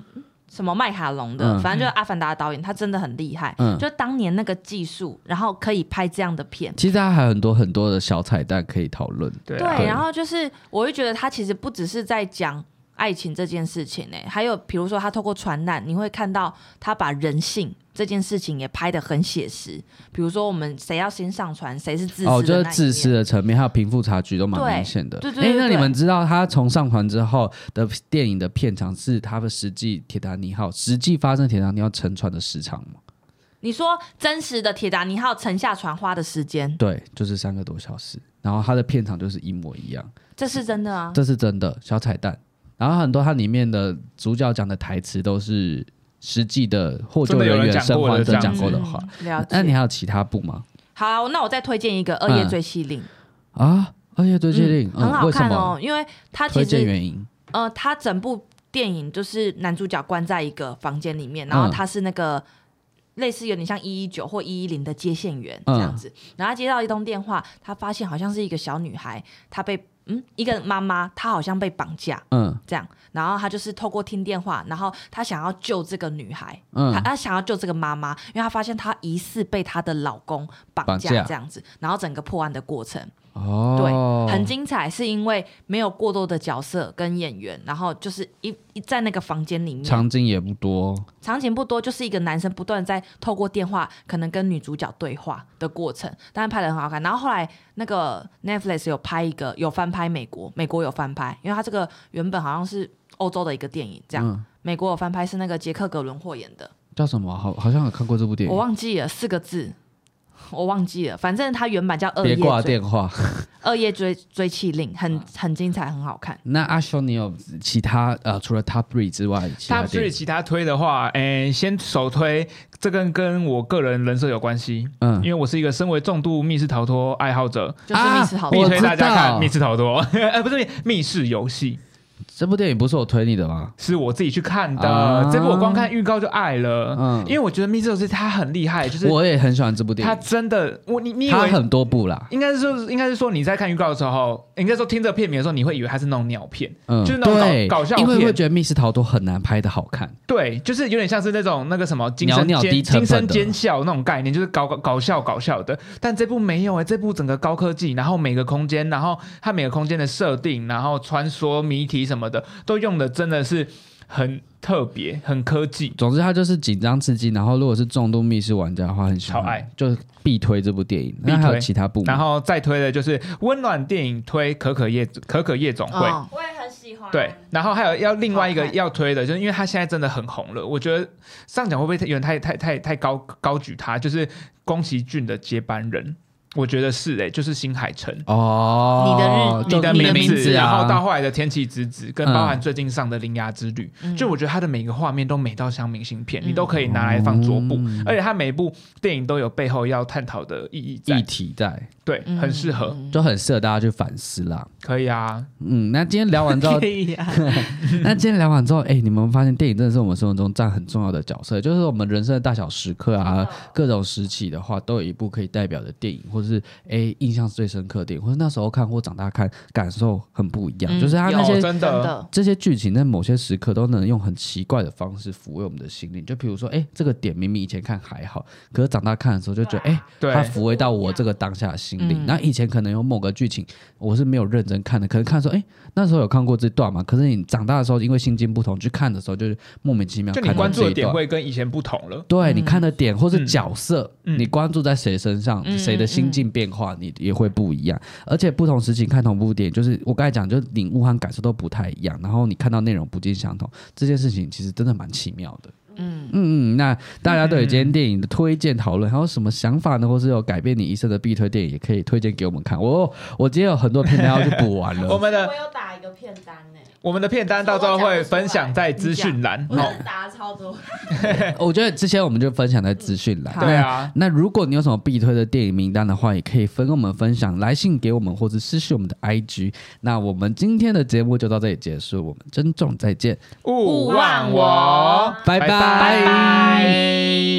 D: 什么麦卡龙的，
A: 嗯
D: 反正就是阿凡达的导演，他真的很厉害，
A: 嗯，
D: 就当年那个技术，然后可以拍这样的片。
A: 其实它还有很多很多的小彩蛋可以讨论。
C: 对
D: 对，
C: 啊
A: 对
D: 然后就是我会觉得他其实不只是在讲爱情这件事情呢、欸还有比如说他透过传染，你会看到他把人性这件事情也拍得很写实。比如说我们谁要先上船，谁是自私的、
A: 哦，就是自私。的层面还有贫富差距都蛮
D: 对
A: 明显的。
D: 对对对
A: 诶那
D: 对
A: 你们知道他从上船之后的电影的片场是他的实际铁达尼号实际发生铁达尼号沉船的时长吗？
D: 你说真实的铁达尼号沉下船花的时间，
A: 对，就是三个多小时，然后它的片场就是一模一样，
D: 这是真的啊。
A: 这是真的小彩蛋。然后很多它里面的主角讲的台词都是实际的获救
C: 真的有人
A: 人员
C: 讲
A: 生
C: 过的
A: 还者
C: 这样
A: 讲
C: 子
A: 过的话。
D: 嗯，了
A: 那你
D: 解。
A: 还有其他部吗？
D: 好啊，那我再推荐一个《二夜
A: 嗯
D: 追妻令》
A: 啊，二夜追击令，
D: 嗯很
A: 嗯
D: 好
A: 为什
D: 看
A: 么？
D: 哦，因为它其
A: 推荐
D: 实
A: 原因
D: 呃，他整部电影就是男主角关在一个房间里面，然后
A: 嗯
D: 他是那个。类似有点像一一九或一一零的接线员
A: 嗯
D: 这样子，然后他接到一通电话，他发现好像是一个小女孩，她被嗯一个妈妈，她好像被绑架
A: 嗯
D: 这样，然后他就是透过听电话，然后他想要救这个女孩，她
A: 嗯
D: 她想要救这个妈妈，因为她发现她疑似被她的老公绑
A: 绑架
D: 架这样子，然后整个破案的过程，
A: 哦，
D: 对，很精彩，是因为没有过多的角色跟演员，然后就是一一在那个房间里面，
A: 场景也不多，
D: 场景不多，就是一个男生不断在透过电话可能跟女主角对话的过程，但是拍的很好看。然后后来那个 Netflix 有拍一个，有翻拍美国，美国有翻拍，因为它这个原本好像是欧洲的一个电影，这样、
A: 嗯
D: 美国有翻拍是那个杰克·格伦霍演的，
A: 叫什么？好，好像有看过这部电
D: 我
A: 影。
D: 忘记了四个字。我忘记了，反正它原版叫《二夜
A: 别挂
D: 追
A: 电话。
D: 二夜追追妻令》，很很精彩，很好看。
A: 那阿修，你有其他呃，除了 Top Three 之外，其他
C: Top
A: 电
C: three
A: 影？
C: 其他推的话，诶、先首推这跟跟我个人人设有关系，因
A: 嗯，
C: 为我是一个身为重度密室逃脱爱好者，
D: 就是密室
A: 啊
D: 逃
A: 我
C: 必
D: 脱。
C: 推大家
A: 知
C: 看
A: 道
C: 密室逃脱， *laughs* 呃，不是密室游戏，
A: 这部电影不是我推你的吗？
C: 是我自己去看的。
A: 啊
C: 这部我光看预告就爱了，
A: 嗯
C: 因为我觉得密室游戏它很厉害，就是
A: 我也很喜欢这部电
C: 它
A: 影，
C: 真的，我你你以
A: 它
C: 为
A: 很多部啦。
C: 应该是说，应该是说你在看预告的时候，应该说听着片名的时候，你会以为它是那种鸟片，
A: 嗯，
C: 就是那种搞
A: 对
C: 搞笑
A: 因为
C: 片
A: 会觉得密室逃脱很难拍的好看。
C: 对，就是有点像是那种那个什么惊声
A: 袅袅低
C: 尖
A: 成
C: 惊
A: 本
C: 声
A: 的
C: 尖笑那种概念，就是搞搞搞笑搞笑的。但这部没有哎、这部整个高科技，然后每个空间，然后它每个空间的设定，然后穿梭谜题什么的，都用的真的是很特别，很科技。
A: 总之，它就是紧张刺激，然后如果是重度密室玩家的话，很喜欢，
C: 超爱
A: 就是必推这部电影。那
C: 必推
A: 还有其他部吗？
C: 然后再推的就是温暖电影推可可夜可可夜总会。
D: 哦
E: 我也很喜欢。
C: 对，然后还有要另外一个
D: 好看
C: 要推的，就是因为他现在真的很红了，我觉得上奖会不会有点太太太太高高举他？就是宫崎骏的接班人，我觉得是哎、就是新海诚。
A: 哦，
D: 你的日
A: 就
D: 你
A: 的
D: 的
C: 名
D: 名字
A: 字
C: 然后到
A: 啊，
C: 后来的天气之子，跟
A: 嗯
C: 包含最近上的《铃芽之旅》
D: 嗯
C: 就我觉得他的每个画面都美到像明信片，
D: 嗯
C: 你都可以拿来放桌布，
A: 嗯
C: 而且他每一部电影都有背后要探讨的意义在，
A: 议题在，
C: 对，
D: 嗯
C: 很适合，
D: 嗯
A: 就很适合大家去反思啦。
C: 可以啊，
A: 嗯，那今天聊完之
C: *laughs*
A: 后，
D: 以啊，
A: 那今天聊完之后，哎、你们发现电影真的是我们生活中占很重要的角色，就是我们人生的大小时刻
E: 嗯
A: 啊，各种时期的话，都有一部可以代表的电影，或是哎、印象最深刻的电影，或是那时候看或长大看感受很不一样，
D: 嗯
A: 就是它那
C: 有
A: 些
C: 哦真
D: 真
C: 的。
D: 的，
A: 这些剧情在某些时刻都能用很奇怪的方式抚慰我们的心灵。就比如说，哎、这个点明明以前看还好，可是长大看的时候就觉得，哎、
C: 对
A: 它抚慰到我这个当下的心灵。
D: 嗯
A: 那、以前可能有某个剧情我是没有认真看的，可能看说，哎、那时候有看过这段嘛？可是你长大的时候，因为心境不同，去看的时候就是莫名其妙
C: 就
A: 看
C: 你
A: 到
C: 关注
A: 这
C: 的
A: 一
C: 点
A: 段。
C: 会跟以前不同了，
A: 对
D: 嗯
A: 你看的点，或是
C: 嗯
A: 角色，
C: 嗯
A: 你关注在谁身上，
D: 嗯
A: 谁的心境变化，你也会不一样。而且不同时期看同部电影，就是我刚才讲，就是领悟和感受都不太一样，然后你看到内容不尽相同，这件事情其实真的蛮奇妙的。
D: 嗯， *laughs*
A: 嗯嗯，那大家对于今天电影的推荐讨论，还有什么想法呢？或是有改变你一生的必推电影，也可以推荐给我们看。我我今天有很多片单要去补完
C: 我
D: *laughs*
A: 了。
C: 们的
E: 我有打一个片单呢，欸
C: 我们的片单到时候会分享在资讯栏。
E: 我真
C: 哦
E: 的打了超多。
A: 我觉得之前我们就分享在资讯栏。
D: 好
C: 对啊，
A: 那如果你有什么必推的电影名单的话，也可以分跟我们分享，来信给我们或者私讯我们的 IG。那我们今天的节目就到这里结束，我们珍重再见，
C: 勿忘
D: 勿忘
C: 我
D: 我，
A: 拜拜
C: 拜拜